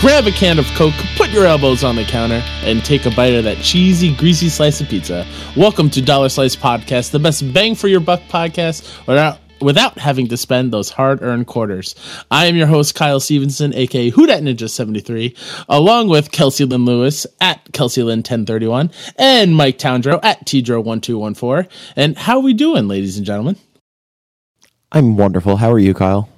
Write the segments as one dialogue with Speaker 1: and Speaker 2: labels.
Speaker 1: grab a can of Coke, put your elbows on the counter, and take a bite of that cheesy, greasy slice of pizza. Welcome to Dollar Slice Podcast, the best bang for your buck podcast without, without having to spend those hard earned quarters. I am your host, Kyle Stevenson, aka Who Dat Ninja 73, along with Kelsey Lynn Lewis at Kelsey Lynn 1031 and Mike Towndrow at Tdro1214. And how we doing, ladies and gentlemen?
Speaker 2: I'm wonderful. How are you, Kyle?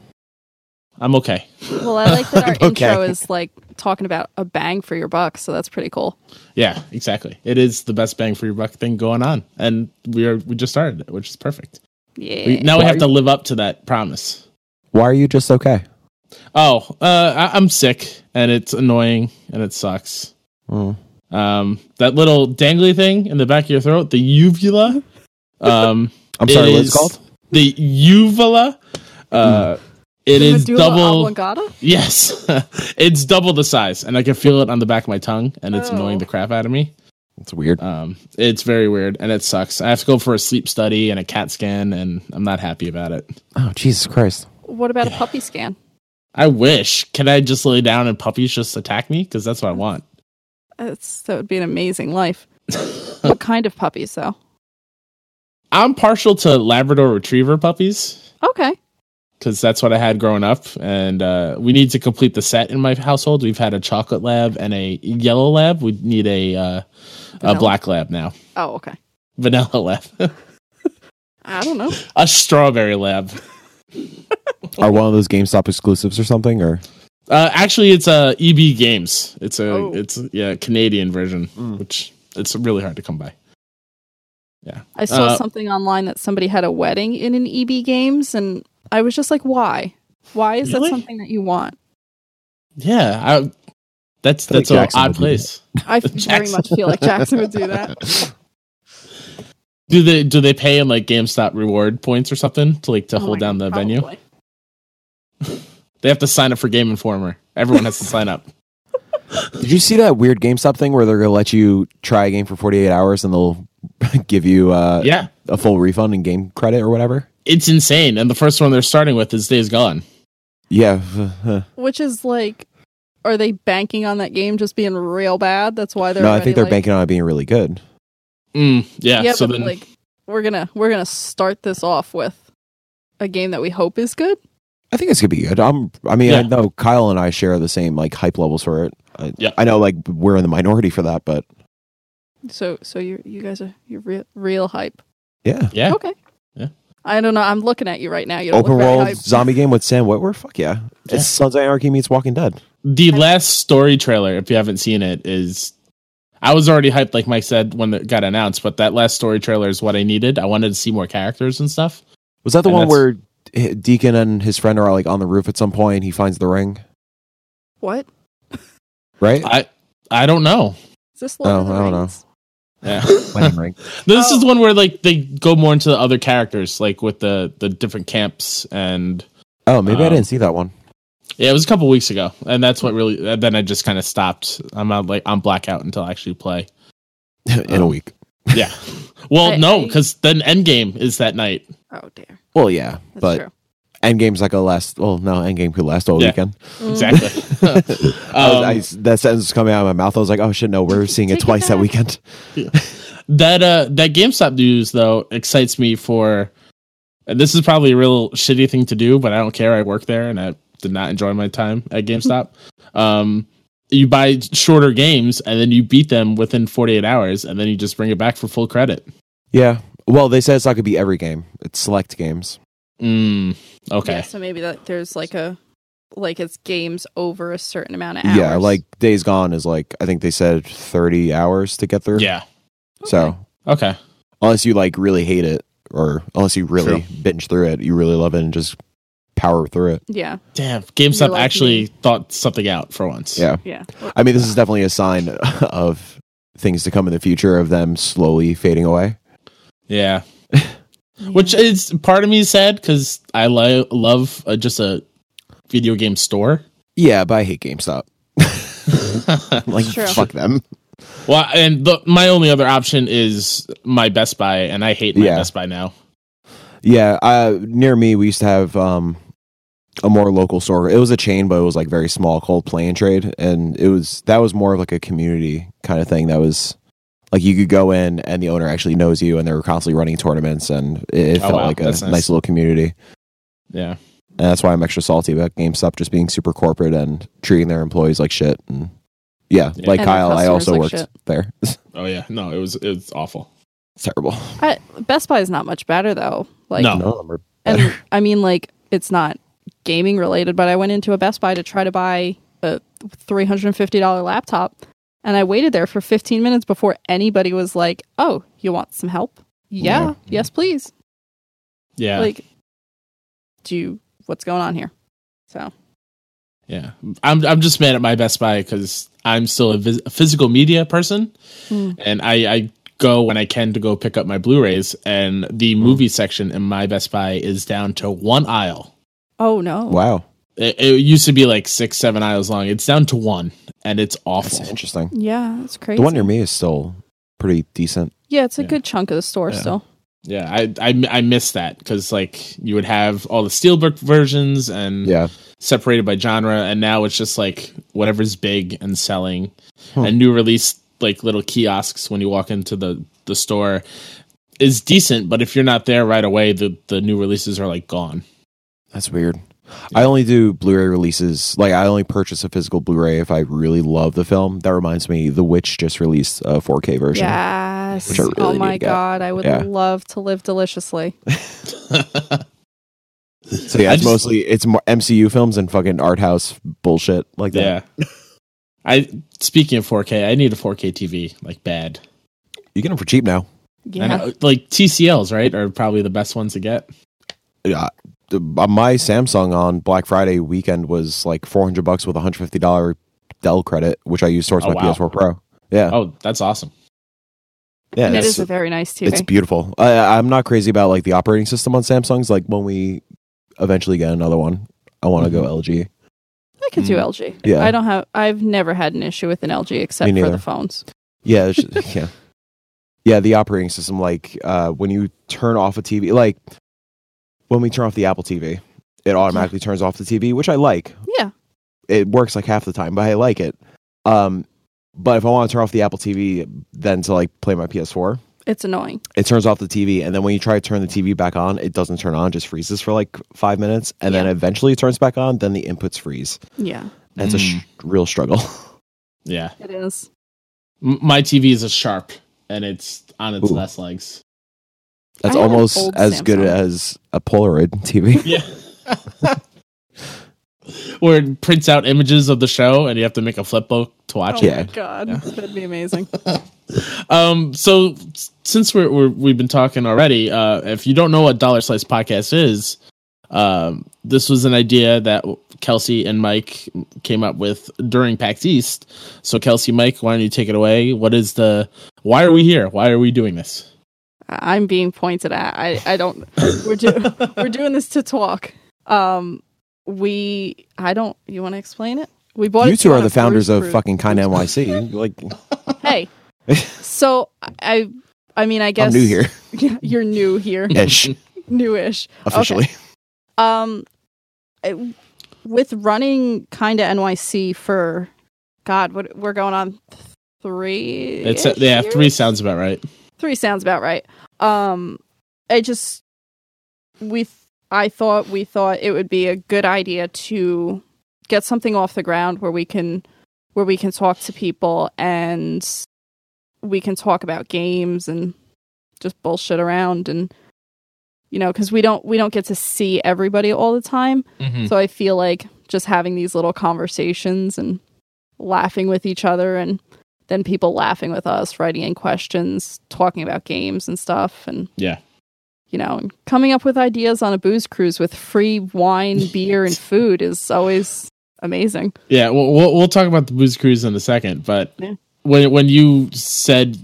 Speaker 1: I'm okay.
Speaker 3: Well, I like that our
Speaker 2: Okay.
Speaker 3: intro is like talking about a bang for your buck, so that's pretty cool.
Speaker 1: Yeah, exactly. It is the best bang for your buck thing going on, and we are we just started it, which is perfect.
Speaker 3: Yeah.
Speaker 1: We, now we
Speaker 2: Why
Speaker 1: have
Speaker 2: are
Speaker 1: to live up to that promise.
Speaker 2: Why are you just okay?
Speaker 1: Oh, uh, I, I'm sick, and it's annoying, and it sucks.
Speaker 2: Mm.
Speaker 1: Um, that little dangly thing in the back of your throat, the uvula. Um,
Speaker 2: I'm sorry,
Speaker 1: it
Speaker 2: what it's
Speaker 1: is-
Speaker 2: called? Hmm.
Speaker 1: The uvula. Uh, It is
Speaker 3: Medulla
Speaker 1: double.
Speaker 3: oblongata?
Speaker 1: Yes, it's double the size, and I can feel it on the back of my tongue, and it's
Speaker 3: Oh.
Speaker 1: annoying the crap out of me.
Speaker 2: It's weird.
Speaker 1: Um, it's very weird and it sucks. I have to go for a sleep study and a CAT scan, and I'm not happy about it.
Speaker 2: Oh, Jesus Christ.
Speaker 3: What about a puppy scan?
Speaker 1: I wish. Can I just lay down and puppies just attack me? Because that's what I want.
Speaker 3: That's, that would be an amazing life. what kind of puppies, though?
Speaker 1: I'm partial to Labrador Retriever puppies
Speaker 3: Okay.
Speaker 1: because that's what I had growing up. And uh, we need to complete the set in my household. We've had a chocolate lab and a yellow lab. We need a uh, a
Speaker 3: Vanilla.
Speaker 1: black lab now,
Speaker 3: Oh, okay.
Speaker 1: vanilla lab,
Speaker 3: I don't know.
Speaker 1: a strawberry lab.
Speaker 2: Are one of those GameStop exclusives or something? Or
Speaker 1: Uh, actually, it's uh, EB Games. It's a
Speaker 3: Oh.
Speaker 1: it's yeah Canadian version,
Speaker 2: Mm.
Speaker 1: which it's really hard to come by.
Speaker 3: I saw
Speaker 1: Uh,
Speaker 3: something online that somebody had a wedding in an EB Games, and I was just like, why? Why is
Speaker 1: Really?
Speaker 3: that something that you want?
Speaker 1: Yeah, I, that's
Speaker 2: Feel like
Speaker 1: that's an
Speaker 2: Jackson
Speaker 1: odd
Speaker 2: would do that.
Speaker 1: place.
Speaker 3: I very
Speaker 1: Jackson.
Speaker 3: much feel like Jackson would do that.
Speaker 1: Do they do they pay in like GameStop reward points or something to like to
Speaker 3: Oh my
Speaker 1: hold down the
Speaker 3: God,
Speaker 1: venue?
Speaker 3: probably.
Speaker 1: They have to sign up for Game Informer. Everyone has to sign up.
Speaker 2: did you see that weird GameStop thing where they're gonna let you try a game for 48 hours and they'll give you uh,
Speaker 1: Yeah,
Speaker 2: a full refund and game credit or whatever?
Speaker 1: it's insane. And the first one they're starting with is Days Gone.
Speaker 2: Yeah.
Speaker 3: Which is like, are they banking on that game just being real bad? That's why they're.
Speaker 2: no, I
Speaker 3: already,
Speaker 2: think they're
Speaker 3: like,
Speaker 2: banking on it being really good.
Speaker 1: Mm, yeah,
Speaker 3: Yeah,
Speaker 1: so
Speaker 3: but
Speaker 1: then
Speaker 3: like we're gonna we're gonna start this off with a game that we hope is good.
Speaker 2: I think it's gonna be good. I'm. I mean, I
Speaker 1: Yeah.
Speaker 2: know Kyle and I share the same like hype levels for it. I,
Speaker 1: Yeah.
Speaker 2: I know like we're in the minority for that, but
Speaker 3: So so you you guys are you're real, real hype.
Speaker 2: yeah.
Speaker 1: yeah,
Speaker 3: Okay.
Speaker 1: Yeah.
Speaker 3: I don't know. I'm looking at you right now. You don't
Speaker 2: Open
Speaker 3: look very
Speaker 2: world
Speaker 3: hype.
Speaker 2: zombie game with Sam Witwer. Fuck yeah.
Speaker 1: Yeah.
Speaker 2: It's Sons of Anarchy meets Walking Dead.
Speaker 1: the last story trailer, if you haven't seen it, is I was already hyped, like Mike said when it got announced. But that last story trailer is what I needed. I wanted to see more characters and stuff.
Speaker 2: Was that the
Speaker 1: And
Speaker 2: one
Speaker 1: that's-
Speaker 2: where Deacon and his friend are like on the roof at some point? And he finds the ring,
Speaker 3: What
Speaker 2: right?
Speaker 1: I I don't know.
Speaker 3: is this? Lord of
Speaker 2: Oh,
Speaker 3: the
Speaker 2: I don't know.
Speaker 3: Rings?
Speaker 1: Yeah.
Speaker 2: Wedding ring.
Speaker 1: This is
Speaker 3: Oh.
Speaker 1: the one where like they go more into the other characters, like with the the different camps, and
Speaker 2: Oh, maybe I
Speaker 1: Um,
Speaker 2: didn't see that one.
Speaker 1: yeah, it was a couple weeks ago, and that's what really. and Then I just kind of stopped. I'm out like I'm blackout until I actually play.
Speaker 2: in a
Speaker 1: um,
Speaker 2: week.
Speaker 1: Yeah, well,
Speaker 3: I-
Speaker 1: no,
Speaker 3: I-
Speaker 1: because then Endgame is that night.
Speaker 3: Oh dear,
Speaker 2: Well, yeah,
Speaker 3: that's
Speaker 2: but
Speaker 3: true.
Speaker 2: Endgame's like a last. Well, no, Endgame could last all
Speaker 1: Yeah.
Speaker 2: weekend.
Speaker 3: Mm.
Speaker 1: Exactly.
Speaker 2: I was-
Speaker 1: Um,
Speaker 2: I s- that sentence was coming out of my mouth. I was like, oh shit, no, we're seeing
Speaker 3: Take
Speaker 2: it
Speaker 3: it
Speaker 2: twice that
Speaker 3: back.
Speaker 2: weekend.
Speaker 1: that uh that GameStop news though excites me for and this is probably a real shitty thing to do, but I don't care. I work there and I did not enjoy my time at GameStop. um you buy shorter games and then you beat them within 48 hours and then you just bring it back for full credit.
Speaker 2: Yeah. Well, they said it's not going to be every game. It's select games.
Speaker 1: Mm, okay.
Speaker 3: Yeah, so maybe that there's like a like it's games over a certain amount of hours.
Speaker 2: Yeah, like Days Gone is like I think they said thirty hours to get through.
Speaker 1: Yeah.
Speaker 2: So
Speaker 1: Okay.
Speaker 2: unless you like really hate it, or unless you really binge through it, you really love it and just power through it.
Speaker 3: yeah,
Speaker 1: Damn, GameStop
Speaker 3: You're like
Speaker 1: actually
Speaker 3: me.
Speaker 1: thought something out for once.
Speaker 2: Yeah.
Speaker 3: yeah.
Speaker 2: I mean, this is definitely a sign of things to come in the future of them slowly fading away.
Speaker 1: Yeah. Which is part of me is sad cuz I lo- love uh, just a video game store.
Speaker 2: Yeah, but I hate GameStop. Like,
Speaker 3: True.
Speaker 2: fuck them.
Speaker 1: Well, and the, my only other option is my Best Buy, and I hate my
Speaker 2: Yeah.
Speaker 1: Best Buy now.
Speaker 2: Yeah, uh, near me, we used to have um, a more local store. It was a chain, but it was like very small called Play and Trade, and it was that was more of like a community kind of thing. That was like you could go in and the owner actually knows you, and they were constantly running tournaments, and it, it
Speaker 1: Oh,
Speaker 2: felt
Speaker 1: wow.
Speaker 2: like a
Speaker 1: That's nice.
Speaker 2: nice little community.
Speaker 1: Yeah.
Speaker 2: And that's why I'm extra salty about GameStop just being super corporate and treating their employees like shit. And yeah,
Speaker 1: Yeah.
Speaker 2: like
Speaker 3: And their
Speaker 2: Kyle, I
Speaker 3: customers
Speaker 2: also
Speaker 3: like
Speaker 2: worked
Speaker 3: shit.
Speaker 2: there. it's
Speaker 1: Oh yeah. No, it was it was awful.
Speaker 2: terrible.
Speaker 3: I, Best Buy is not much better though. Like,
Speaker 1: No.
Speaker 2: None of them are
Speaker 3: and
Speaker 2: better.
Speaker 3: I mean, like, it's not gaming related, but I went into a Best Buy to try to buy a $350 laptop, and I waited there for 15 minutes before anybody was like, "Oh, you want some help? Yeah,
Speaker 2: Yeah. Mm-hmm.
Speaker 3: yes, please."
Speaker 1: Yeah.
Speaker 3: Like, do you, what's going on here? So
Speaker 1: yeah. I'm I'm just mad at my Best Buy because I'm still a vis- a physical media person,
Speaker 3: Hmm.
Speaker 1: and I I go when I can to go pick up my Blu-rays, and the movie section in my Best Buy is down to one aisle.
Speaker 3: Oh no.
Speaker 2: Wow,
Speaker 1: It, it used to be like six, seven aisles long. It's down to one, and it's
Speaker 2: that's
Speaker 1: awful.
Speaker 2: interesting.
Speaker 3: Yeah, that's crazy.
Speaker 2: The one near me is still pretty decent.
Speaker 3: yeah, it's a
Speaker 1: Yeah.
Speaker 3: good chunk of the store
Speaker 1: Yeah.
Speaker 3: still.
Speaker 1: Yeah, I I, I miss that because like you would have all the steelbook versions and
Speaker 2: Yeah,
Speaker 1: separated by genre, and now it's just like whatever's big and selling,
Speaker 2: Hmm.
Speaker 1: and new release like little kiosks when you walk into the the store is decent, but if you're not there right away, the the new releases are like gone.
Speaker 2: that's weird. I only do Blu-ray releases. Like I only purchase a physical Blu-ray if I really love the film. That reminds me, The Witch just released a 4K version.
Speaker 3: Yes.
Speaker 2: Which I really
Speaker 3: oh
Speaker 2: need to
Speaker 3: my
Speaker 2: get.
Speaker 3: god, I would
Speaker 2: Yeah.
Speaker 3: love to live deliciously.
Speaker 2: So yeah,
Speaker 1: I
Speaker 2: it's
Speaker 1: just-
Speaker 2: mostly it's more MCU films and fucking art house bullshit like that.
Speaker 1: yeah. I speaking of 4K, I need a 4K TV like bad.
Speaker 2: You get them for cheap now.
Speaker 1: I
Speaker 3: Yeah.
Speaker 1: know, like TCLs, right, are probably the best ones to get.
Speaker 2: yeah, the- uh, my Samsung on Black Friday weekend was like 400 bucks with a $150 Dell credit, which I used towards
Speaker 1: Oh,
Speaker 2: my
Speaker 1: wow.
Speaker 2: PS4 Pro. Yeah.
Speaker 1: Oh, that's awesome.
Speaker 2: yeah,
Speaker 3: And it
Speaker 2: it's,
Speaker 3: is a very nice TV.
Speaker 2: it's beautiful. I, I'm not crazy about like the operating system on Samsung's. Like when we eventually get another one, I want to
Speaker 1: Mm-hmm.
Speaker 2: go LG.
Speaker 3: I could do
Speaker 1: Mm.
Speaker 3: LG.
Speaker 2: Yeah.
Speaker 3: I don't have I've never had an issue with an LG except
Speaker 2: Me
Speaker 3: for
Speaker 2: neither.
Speaker 3: the phones.
Speaker 2: Yeah, it's just- yeah, yeah. The operating system, like uh, when you turn off a TV, like when we turn off the Apple TV, it automatically turns off the TV, which I like.
Speaker 3: Yeah.
Speaker 2: it works like half the time, but I like it. Um, but if I want to turn off the Apple TV, then to like play my PS4,
Speaker 3: It's annoying.
Speaker 2: it turns off the TV, and then when you try to turn the TV back on, it doesn't turn on; it just freezes for like five minutes, and then
Speaker 3: Yeah.
Speaker 2: eventually it turns back on. Then the inputs freeze.
Speaker 3: Yeah.
Speaker 2: That's a
Speaker 3: Mm.
Speaker 2: sh- real struggle.
Speaker 1: Yeah.
Speaker 3: It is.
Speaker 1: M- my TV is a Sharp, and it's on its
Speaker 2: Ooh.
Speaker 1: last legs.
Speaker 2: That's
Speaker 3: I have an
Speaker 2: almost
Speaker 3: old
Speaker 2: as good
Speaker 3: Samsung.
Speaker 2: as a Polaroid TV.
Speaker 1: Yeah. Where it prints out images of the show, and you have to make a flip book to watch it.
Speaker 3: Oh
Speaker 2: Yeah.
Speaker 3: my god.
Speaker 1: Yeah.
Speaker 3: That'd be amazing.
Speaker 1: Um, so s- since we're, we're we've been talking already, uh, if you don't know what Dollar Slice Podcast is, um, this was an idea that Kelsey and Mike came up with during PAX East. So Kelsey, Mike, why don't you take it away? What is the why are we here? Why are we doing this?
Speaker 3: I- I'm being pointed at. I, I don't we're do, we're doing this to talk. Um we I don't you want to explain it? We bought
Speaker 2: You
Speaker 3: it
Speaker 2: two
Speaker 3: on
Speaker 2: are
Speaker 3: a
Speaker 2: the founders
Speaker 3: cruise
Speaker 2: of
Speaker 3: cruise.
Speaker 2: fucking Kind NYC. Like
Speaker 3: Hey. so I I mean I guess
Speaker 2: I'm new here,
Speaker 3: Yeah, you're new here.
Speaker 2: ish
Speaker 3: Newish.
Speaker 2: officially.
Speaker 3: Um, I- with running kind of NYC for, God, what we're going on three.
Speaker 1: It's yeah, three sounds about right.
Speaker 3: Three sounds about right. Um, I just we th- I thought we thought it would be a good idea to get something off the ground where we can where we can talk to people and we can talk about games and just bullshit around and you know because we don't we don't get to see everybody all the time
Speaker 1: Hmm.
Speaker 3: so I feel like just having these little conversations and laughing with each other and then people laughing with us, writing in questions, talking about games and stuff and
Speaker 1: Yeah.
Speaker 3: you know, and coming up with ideas on a booze cruise with free wine, beer and food is always amazing.
Speaker 1: Yeah, we'll, we'll we'll talk about the booze cruise in a second, but
Speaker 3: Yeah.
Speaker 1: when when you said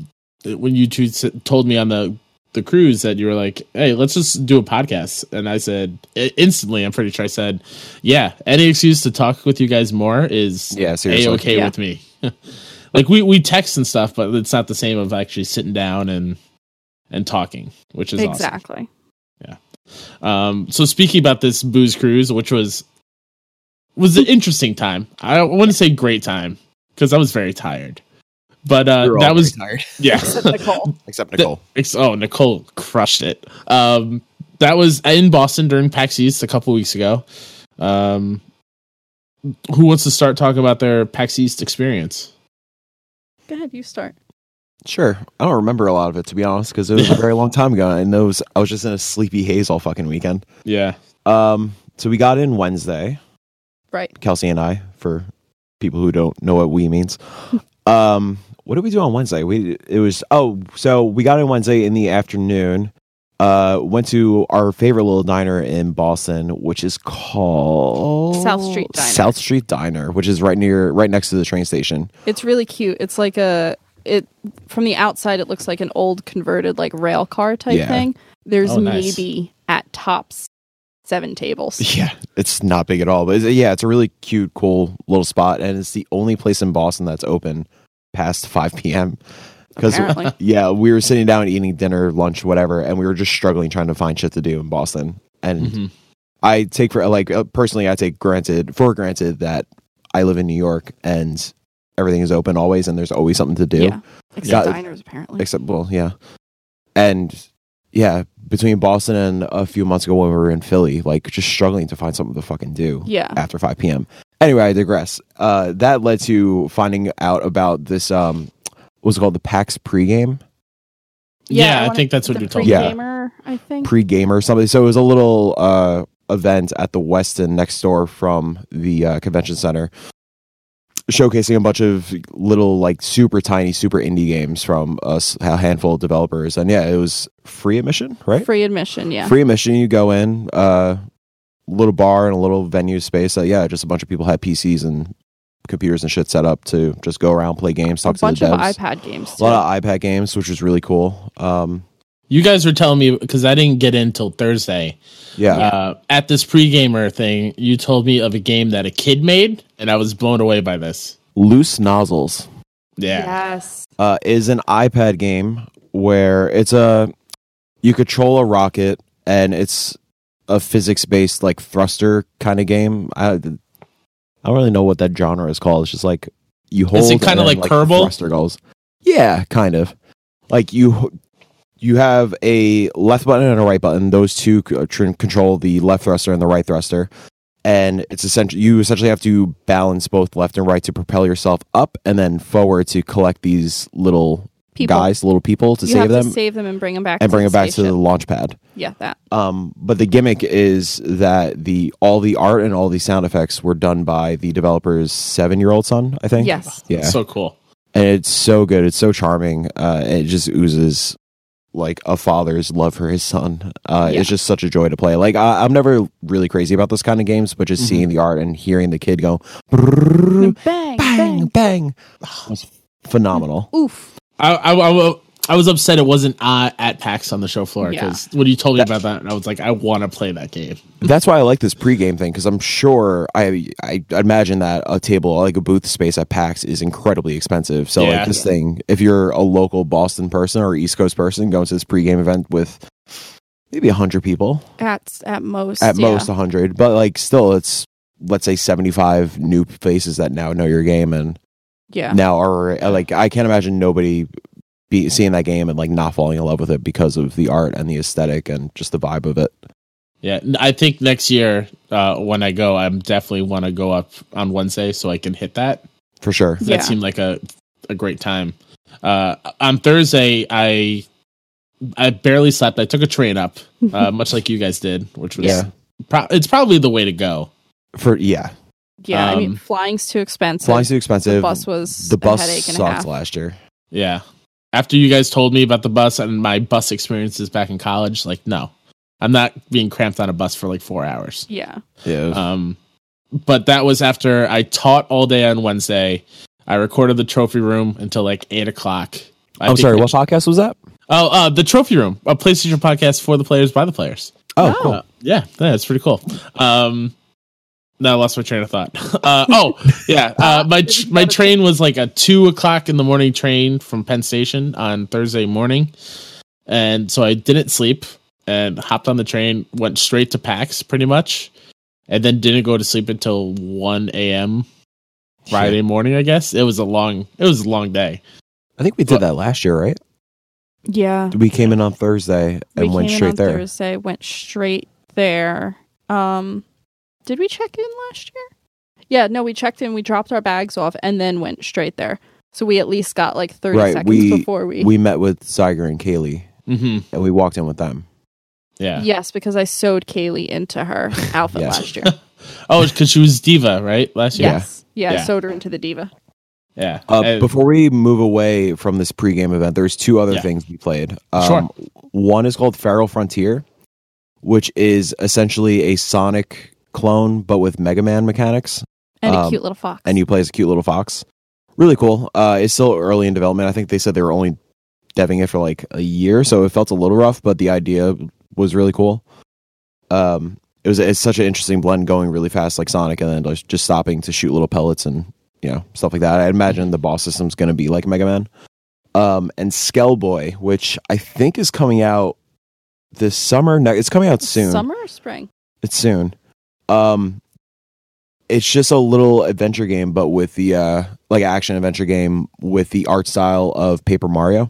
Speaker 1: when you two s- told me on the the cruise that you were like, "Hey, let's just do a podcast," and I said i- instantly, I'm pretty sure I said, "Yeah, any excuse to talk with you guys more is
Speaker 2: Yeah,
Speaker 1: a
Speaker 2: seriously.
Speaker 1: okay
Speaker 3: Yeah.
Speaker 1: with me." like we we text and stuff, but it's not the same of actually sitting down and and talking, which is awesome.
Speaker 3: exactly.
Speaker 1: Um, so speaking about this booze cruise, which was was an interesting time. I don't want to say great time because I was very tired. But
Speaker 4: We
Speaker 1: uh,
Speaker 4: were all
Speaker 1: that
Speaker 4: very
Speaker 1: was
Speaker 4: tired.
Speaker 1: yeah.
Speaker 3: Nicole.
Speaker 2: Except
Speaker 1: The-
Speaker 2: Nicole.
Speaker 1: ex- oh, Nicole crushed it. Um, that was in Boston during PAX East a couple weeks ago. Um, who wants to start talking about their PAX East experience?
Speaker 3: Go ahead, you start.
Speaker 2: Sure. I don't remember a lot of it to be honest because it was a very long time ago and those I was just in a sleepy haze all fucking weekend.
Speaker 1: Yeah,
Speaker 2: Um so we got in Wednesday.
Speaker 3: Right.
Speaker 2: Kelsey and I for people who don't know what we means. um what did we do on Wednesday? We it was oh, so we got in Wednesday in the afternoon. Uh went to our favorite little diner in Boston, which is called
Speaker 3: South Street Diner.
Speaker 2: South Street Diner, which is right near right next to the train station.
Speaker 3: It's really cute. It's like a it from the outside it looks like an old converted like rail car type
Speaker 2: Yeah.
Speaker 3: thing. There's
Speaker 1: Oh, nice.
Speaker 3: maybe at tops seven tables.
Speaker 2: Yeah, it's not big at all, but it's, yeah, it's a really cute, cool little spot, and it's the only place in Boston that's open past 5 p.m. Because
Speaker 3: Apparently.
Speaker 2: yeah, we were sitting down eating dinner, lunch, whatever, and we were just struggling trying to find shit to do in Boston. And
Speaker 1: Mhm.
Speaker 2: I take for like uh, personally, I take granted for granted that I live in New York and everything is open always, and there's always something to do.
Speaker 3: Yeah. Except
Speaker 2: Yeah.
Speaker 3: diners apparently.
Speaker 2: Except, well, yeah. And yeah, between Boston and a few months ago when we were in Philly, like just struggling to find something to fucking do
Speaker 3: yeah.
Speaker 2: after 5 p.m. Anyway, I digress. Uh, that led to finding out about this, um, what's it called the PAX pregame,
Speaker 1: yeah. I,
Speaker 3: wanna-
Speaker 1: think that's what
Speaker 3: the
Speaker 1: you're talking about.
Speaker 3: pre-gamer, I think.
Speaker 2: pregame or something. So it was a little uh, event at the Westin next door from the uh, convention center, showcasing a bunch of little, like, super tiny, super indie games from us, a handful of developers. And yeah, it was free admission, right?
Speaker 3: Free admission, yeah.
Speaker 2: free admission. You go in, uh, little bar and a little venue space. Uh, yeah, just a bunch of people had PCs and computers and shit set up to just go around, play games, talk
Speaker 3: a bunch
Speaker 2: to the
Speaker 3: of
Speaker 2: devs. uh,
Speaker 3: iPad games.
Speaker 2: a
Speaker 3: Too.
Speaker 2: lot of iPad games, which was really cool. Um,
Speaker 1: You guys were telling me because I didn't get in till Thursday.
Speaker 2: yeah,
Speaker 1: Uh, at this pre-gamer thing, you told me of a game that a kid made, and I was blown away by this.
Speaker 2: Loose Nozzles
Speaker 1: Yeah,
Speaker 3: Yes.
Speaker 2: uh, is an iPad game where it's a you control a rocket and it's a physics based like thruster kind of game. I, I don't really know what that genre is called. It's just like you hold.
Speaker 1: Is it kinda
Speaker 2: and,
Speaker 1: like
Speaker 2: the
Speaker 1: Kerbal?
Speaker 2: Thruster goals. Yeah, kind of. Like you, you have a left button and a right button. Those two c- uh, tr- control the left thruster and the right thruster. And it's essentially you essentially have to balance both left and right to propel yourself up and then forward to collect these little
Speaker 3: People
Speaker 2: guys, little people, to
Speaker 3: you
Speaker 2: save
Speaker 3: have
Speaker 2: them
Speaker 3: to save them and bring them back
Speaker 2: and
Speaker 3: to
Speaker 2: bring
Speaker 3: the
Speaker 2: it back to the
Speaker 3: station.
Speaker 2: launch pad.
Speaker 3: Yeah, that.
Speaker 2: Um, but the gimmick is that the all the art and all the sound effects were done by the developer's seven year old son, I think.
Speaker 3: Yes.
Speaker 2: Yeah.
Speaker 1: so cool.
Speaker 2: and it's so good. It's so charming. Uh, and it just oozes like a father's love for his son. Uh,
Speaker 3: Yeah.
Speaker 2: It's just such a joy to play. Like I, I'm never really crazy about those kind of games, but just
Speaker 1: Mhm.
Speaker 2: seeing the art and hearing the kid go
Speaker 3: Bang,
Speaker 2: "Brrrr,
Speaker 3: bang.
Speaker 2: bang bang was phenomenal.
Speaker 3: Oof.
Speaker 1: I, I, I, wa- I was upset it wasn't uh, at PAX on the show floor because when you told me about that, I was like, I want to play that game.
Speaker 2: That's why I like this pregame thing because I'm sure I I imagine that a table like a booth space at PAX is incredibly expensive. So
Speaker 1: Yeah.
Speaker 2: like this thing, if you're a local Boston person or East Coast person going to this pregame event with maybe hundred people
Speaker 3: At at most.
Speaker 2: at
Speaker 3: yeah.
Speaker 2: most hundred, but like still it's let's say seventy five new faces that now know your game and
Speaker 3: Yeah.
Speaker 2: now are like I can't imagine nobody be seeing that game and like not falling in love with it because of the art and the aesthetic and just the vibe of it.
Speaker 1: Yeah, n- I think next year uh, when I go, I'm definitely want to go up on Wednesday so I can hit that.
Speaker 2: For sure.
Speaker 3: Yeah.
Speaker 1: That seemed like a a great time. Uh, on Thursday, I I barely slept. I took a train up, uh, much like you guys did, which was
Speaker 2: Yeah.
Speaker 1: pro- it's probably the way to go.
Speaker 2: For yeah.
Speaker 3: Yeah, I mean,
Speaker 1: Um,
Speaker 3: flying's too expensive.
Speaker 2: Flying's too expensive.
Speaker 3: the bus was
Speaker 2: the bus
Speaker 3: a headache and a
Speaker 2: sucked
Speaker 3: half.
Speaker 2: last year.
Speaker 1: Yeah. After you guys told me about the bus and my bus experiences back in college, like no, I'm not being cramped on a bus for like four hours.
Speaker 3: Yeah,
Speaker 2: Yeah,
Speaker 1: Um, but that was after I taught all day on Wednesday. I recorded the trophy room until like eight o'clock. I
Speaker 2: I'm
Speaker 1: think
Speaker 2: sorry.
Speaker 1: I-
Speaker 2: What podcast was that?
Speaker 1: Oh, uh, the trophy room, a PlayStation podcast for the players by the players.
Speaker 2: Oh,
Speaker 3: Oh.
Speaker 2: cool.
Speaker 1: Uh, yeah, yeah, it's pretty cool. Um, now I lost my train of thought. Uh, oh, yeah, uh, my tr- my train was like a two o'clock in the morning train from Penn Station on Thursday morning, and so I didn't sleep and hopped on the train, went straight to PAX, pretty much, and then didn't go to sleep until 1 a.m. Friday morning, I guess. It was a long it was a long day.
Speaker 2: I think we did that last year, right?
Speaker 3: Yeah.
Speaker 2: We came in on Thursday and
Speaker 3: we
Speaker 2: went
Speaker 3: came in
Speaker 2: straight
Speaker 3: on
Speaker 2: there.
Speaker 3: Thursday, went straight there. Um, did we check in last year? Yeah, no, we checked in, we dropped our bags off, and then went straight there. So we at least got like 30
Speaker 2: Right,
Speaker 3: seconds
Speaker 2: we-
Speaker 3: before we.
Speaker 2: We met with Siger and Kaylee,
Speaker 1: Mm-hmm.
Speaker 2: and we walked in with them.
Speaker 1: Yeah.
Speaker 3: Yes, because I sewed Kaylee into her outfit
Speaker 2: Yes.
Speaker 3: last year.
Speaker 1: Oh, because she was diva, right? Last year.
Speaker 3: Yes. Yeah,
Speaker 1: Yeah.
Speaker 3: I sewed her into the diva.
Speaker 1: Yeah.
Speaker 2: Uh,
Speaker 1: And-
Speaker 2: before we move away from this pregame event, there's two other
Speaker 1: Yeah.
Speaker 2: things we played. Um, One is called Feral Frontier, which is essentially a Sonic clone, but with Mega Man mechanics.
Speaker 3: And
Speaker 2: Um,
Speaker 3: a cute little fox.
Speaker 2: and you play as a cute little fox. Really cool. Uh, it's still early in development. I think they said they were only deving it for like a year, so it felt a little rough, but the idea was really cool. Um, it was it's such an interesting blend, going really fast like Sonic, and then just- just stopping to shoot little pellets and you know stuff like that. I imagine the boss system's going to be like Mega Man. Um, and Skellboy, which I think is coming out this summer. No, it's coming out soon
Speaker 3: Summer or spring?
Speaker 2: it's soon um it's just a little adventure game but with the uh like action adventure game with the art style of paper mario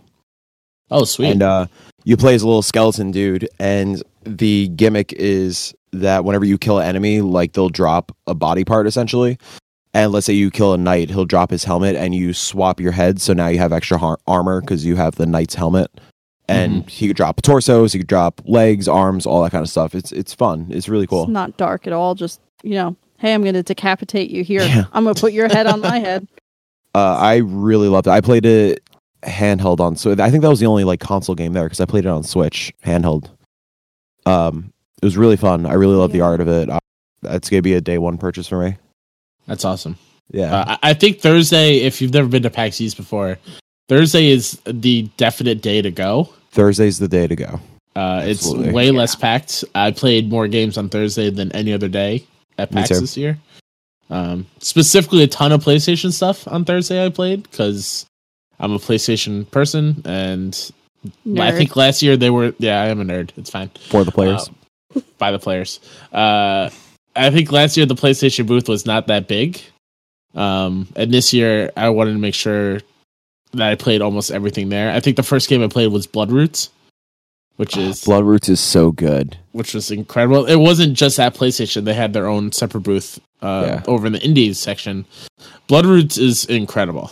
Speaker 1: oh, sweet.
Speaker 2: and uh you play as a little skeleton dude and the gimmick is that whenever you kill an enemy like they'll drop a body part essentially and let's say you kill a knight he'll drop his helmet and you swap your head so now you have extra har- armor because you have the knight's helmet and he could drop torsos he could drop legs arms all that kind of stuff it's it's fun it's really cool
Speaker 3: It's not dark at all. Just, you know, hey, I'm going to decapitate you here.
Speaker 2: Yeah.
Speaker 3: I'm going to put your head on my head.
Speaker 2: Uh, I really loved it. I played it handheld on so I think that was the only like console game there because I played it on Switch handheld. Um, it was really fun. I really love the
Speaker 3: Yeah.
Speaker 2: art of it. I, that's gonna be a day one purchase for me.
Speaker 1: That's awesome.
Speaker 2: Yeah,
Speaker 1: Uh, I I think Thursday, if you've never been to PAX East before, Thursday is the definite day to go.
Speaker 2: Thursday's the day to go.
Speaker 1: Uh, it's
Speaker 2: Absolutely.
Speaker 1: way
Speaker 3: Yeah.
Speaker 1: less packed. I played more games on Thursday than any other day at
Speaker 2: Me
Speaker 1: PAX
Speaker 2: too.
Speaker 1: this year. Um, specifically, a ton of PlayStation stuff on Thursday I played because I'm a PlayStation person, and I
Speaker 3: Nerd.
Speaker 1: think last year they were. Yeah, I am a nerd. It's fine
Speaker 2: For the players,
Speaker 1: Um, by the players. Uh, I think last year the PlayStation booth was not that big, um, and this year I wanted to make sure that I played almost everything there. I think the first game I played was Bloodroots, which is
Speaker 2: Blood Roots is so good.
Speaker 1: which was incredible. It wasn't just at PlayStation; they had their own separate booth uh,
Speaker 2: Yeah.
Speaker 1: over in the Indies section. Bloodroots is incredible.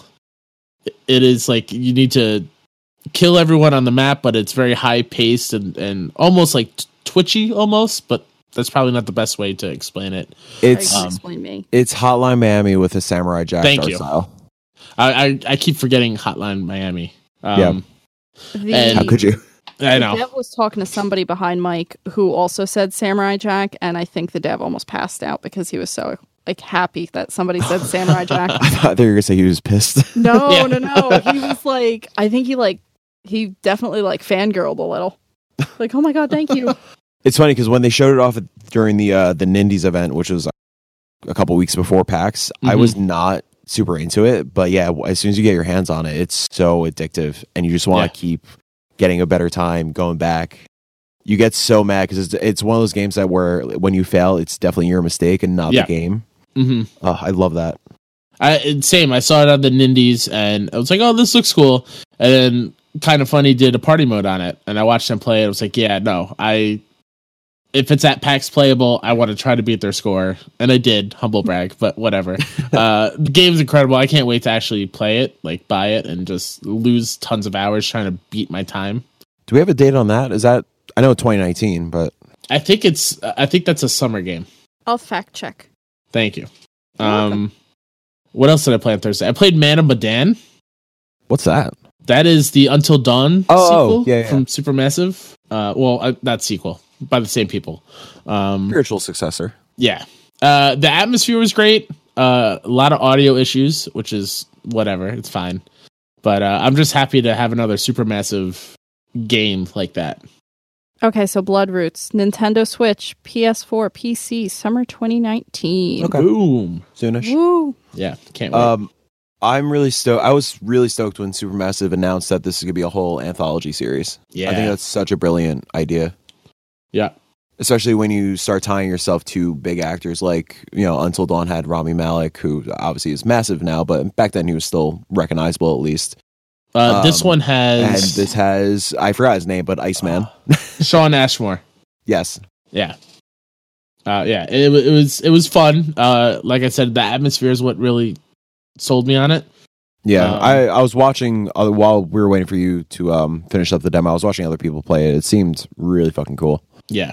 Speaker 1: It is like you need to kill everyone on the map, but it's very high paced and and almost like t- twitchy, almost. But that's probably not the best way to explain it.
Speaker 2: It's
Speaker 3: Sorry,
Speaker 1: Um,
Speaker 3: explain me.
Speaker 2: it's Hotline Miami with a Samurai Jack
Speaker 1: Thank
Speaker 2: art
Speaker 1: you.
Speaker 2: style.
Speaker 1: I I, I keep forgetting Hotline Miami. Um,
Speaker 3: The,
Speaker 1: and-
Speaker 2: How could you?
Speaker 1: I
Speaker 3: the
Speaker 1: know.
Speaker 3: dev was talking to somebody behind Mike who also said Samurai Jack, and I think the dev almost passed out because he was so like happy that somebody said Samurai Jack.
Speaker 2: I thought they were gonna say he was pissed.
Speaker 3: No,
Speaker 1: Yeah.
Speaker 3: no, no. He was like, I think he like, he definitely like fangirled a little. Like, oh my god, thank you.
Speaker 2: It's funny because when they showed it off at- during the uh, the Nindies event, which was uh, a couple weeks before PAX, I
Speaker 1: Mhm.
Speaker 2: was not super into it. But yeah, w- as soon as you get your hands on it, it's so addictive, and you just want
Speaker 1: Yeah.
Speaker 2: to keep getting a better time, going back. You get so mad because it's, it's one of those games that where when you fail, it's definitely your mistake and not
Speaker 1: Yeah.
Speaker 2: the game.
Speaker 1: hmm
Speaker 2: Oh, I love that.
Speaker 1: I and same. I saw it on the Nindies, and I was like, "Oh, this looks cool." And then, kind of funny, did a party mode on it, and I watched them play it. I was like, "Yeah, no, I." If it's at PAX Playable, I want to try to beat their score, and I did. Humble brag, but whatever. uh, the game's incredible. I can't wait to actually play it, like buy it, and just lose tons of hours trying to beat my time.
Speaker 2: Do we have a date on that? Is that I know 2019, but
Speaker 1: I think it's. I think that's a summer game.
Speaker 3: I'll fact check.
Speaker 1: Thank you.
Speaker 3: You're welcome.
Speaker 1: Um, what else did I play on Thursday? I played Man of Medan.
Speaker 2: what's that?
Speaker 1: That is the Until Dawn
Speaker 2: Oh, oh,
Speaker 1: sequel
Speaker 2: yeah, yeah.
Speaker 1: from Supermassive. Uh, well, uh, not sequel by the same people. Um,
Speaker 2: Spiritual successor.
Speaker 1: yeah, uh, the atmosphere was great. Uh, a lot of audio issues, which is whatever. It's fine, but uh, I'm just happy to have another Supermassive game like that.
Speaker 3: Okay, so Bloodroots, Nintendo Switch, PS4, PC, summer 2019.
Speaker 2: Okay.
Speaker 1: Boom!
Speaker 2: Soonish.
Speaker 3: Woo.
Speaker 1: Yeah, can't wait.
Speaker 2: Um, I'm really stoked. I was really stoked when Supermassive announced that this is gonna be a whole anthology series.
Speaker 1: yeah,
Speaker 2: I think that's such a brilliant idea.
Speaker 1: yeah.
Speaker 2: especially when you start tying yourself to big actors like you know until dawn had rami malik who obviously is massive now but back then he was still recognizable at least
Speaker 1: Uh, this
Speaker 2: Um,
Speaker 1: one
Speaker 2: and
Speaker 1: has
Speaker 2: this has i forgot his name but iceman
Speaker 1: Uh, Sean Ashmore.
Speaker 2: yes
Speaker 1: Yeah. Uh, yeah, it, wa- it was it was fun. Uh, like I said, the atmosphere is what really sold me on it.
Speaker 2: Yeah,
Speaker 1: Um,
Speaker 2: I, I was watching other, while we were waiting for you to um, finish up the demo. I was watching other people play it. It seemed really fucking cool.
Speaker 1: Yeah.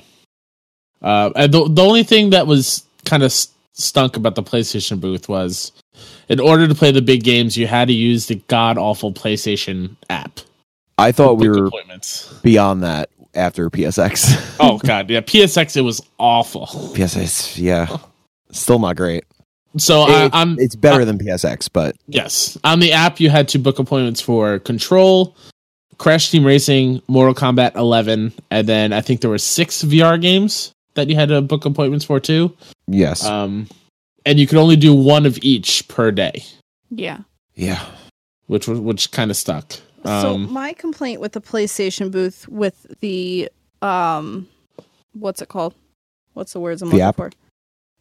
Speaker 1: Uh, and the the only thing that was kind of st- stunk about the PlayStation booth was, in order to play the big games, you had to use the god awful PlayStation app.
Speaker 2: I thought we
Speaker 1: Book
Speaker 2: were
Speaker 1: appointments.
Speaker 2: beyond that after PSX.
Speaker 1: Oh god, yeah. PSX it was awful.
Speaker 2: PSX, yeah, still not great.
Speaker 1: So I,
Speaker 2: It-
Speaker 1: I'm
Speaker 2: it's better than PSX, but
Speaker 1: yes on the app you had to book appointments for Control, Crash Team Racing, Mortal Kombat 11, and then I think there were six VR games that you had to book appointments for too.
Speaker 2: yes,
Speaker 1: Um, and you could only do one of each per day,
Speaker 3: Yeah.
Speaker 2: yeah,
Speaker 1: which was which kind of stuck.
Speaker 3: so
Speaker 1: Um,
Speaker 3: my complaint with the PlayStation booth with the um what's it called? What's the words I'm
Speaker 2: The
Speaker 3: looking
Speaker 2: app?
Speaker 3: for?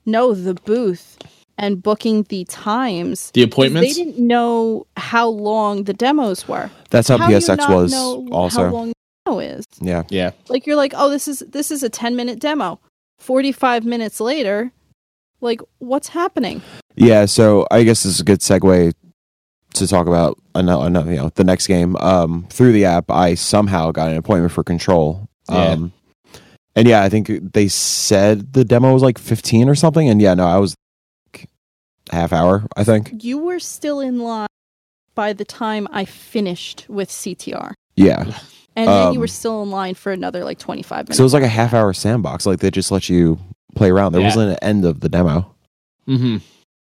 Speaker 3: No, the booth and booking the times.
Speaker 1: the
Speaker 3: 'Cause
Speaker 1: appointments.
Speaker 3: They didn't know how long the demos were.
Speaker 2: that's how,
Speaker 3: do you
Speaker 2: PSX
Speaker 3: not
Speaker 2: was.
Speaker 3: know how
Speaker 2: Also,
Speaker 3: long the demo is.
Speaker 2: yeah,
Speaker 1: yeah,
Speaker 3: Like you're like, oh, this is this is a ten minute demo. Forty five minutes later, like what's happening?
Speaker 2: Yeah, so I guess this is a good segue to talk about another, another you know, the next game. Um, through the app, I somehow got an appointment for Control.
Speaker 1: Yeah.
Speaker 2: Um, and yeah, I think they said the demo was like 15 or something. And yeah, no, I was like, half hour, I think.
Speaker 3: You were still in line by the time I finished with CTR.
Speaker 2: Yeah,
Speaker 3: And then
Speaker 2: Um,
Speaker 3: you were still in line for another like 25 minutes.
Speaker 2: so it was like a half hour sandbox. Like they just let you play around. There
Speaker 1: Yeah.
Speaker 2: wasn't an end of the demo.
Speaker 1: hmm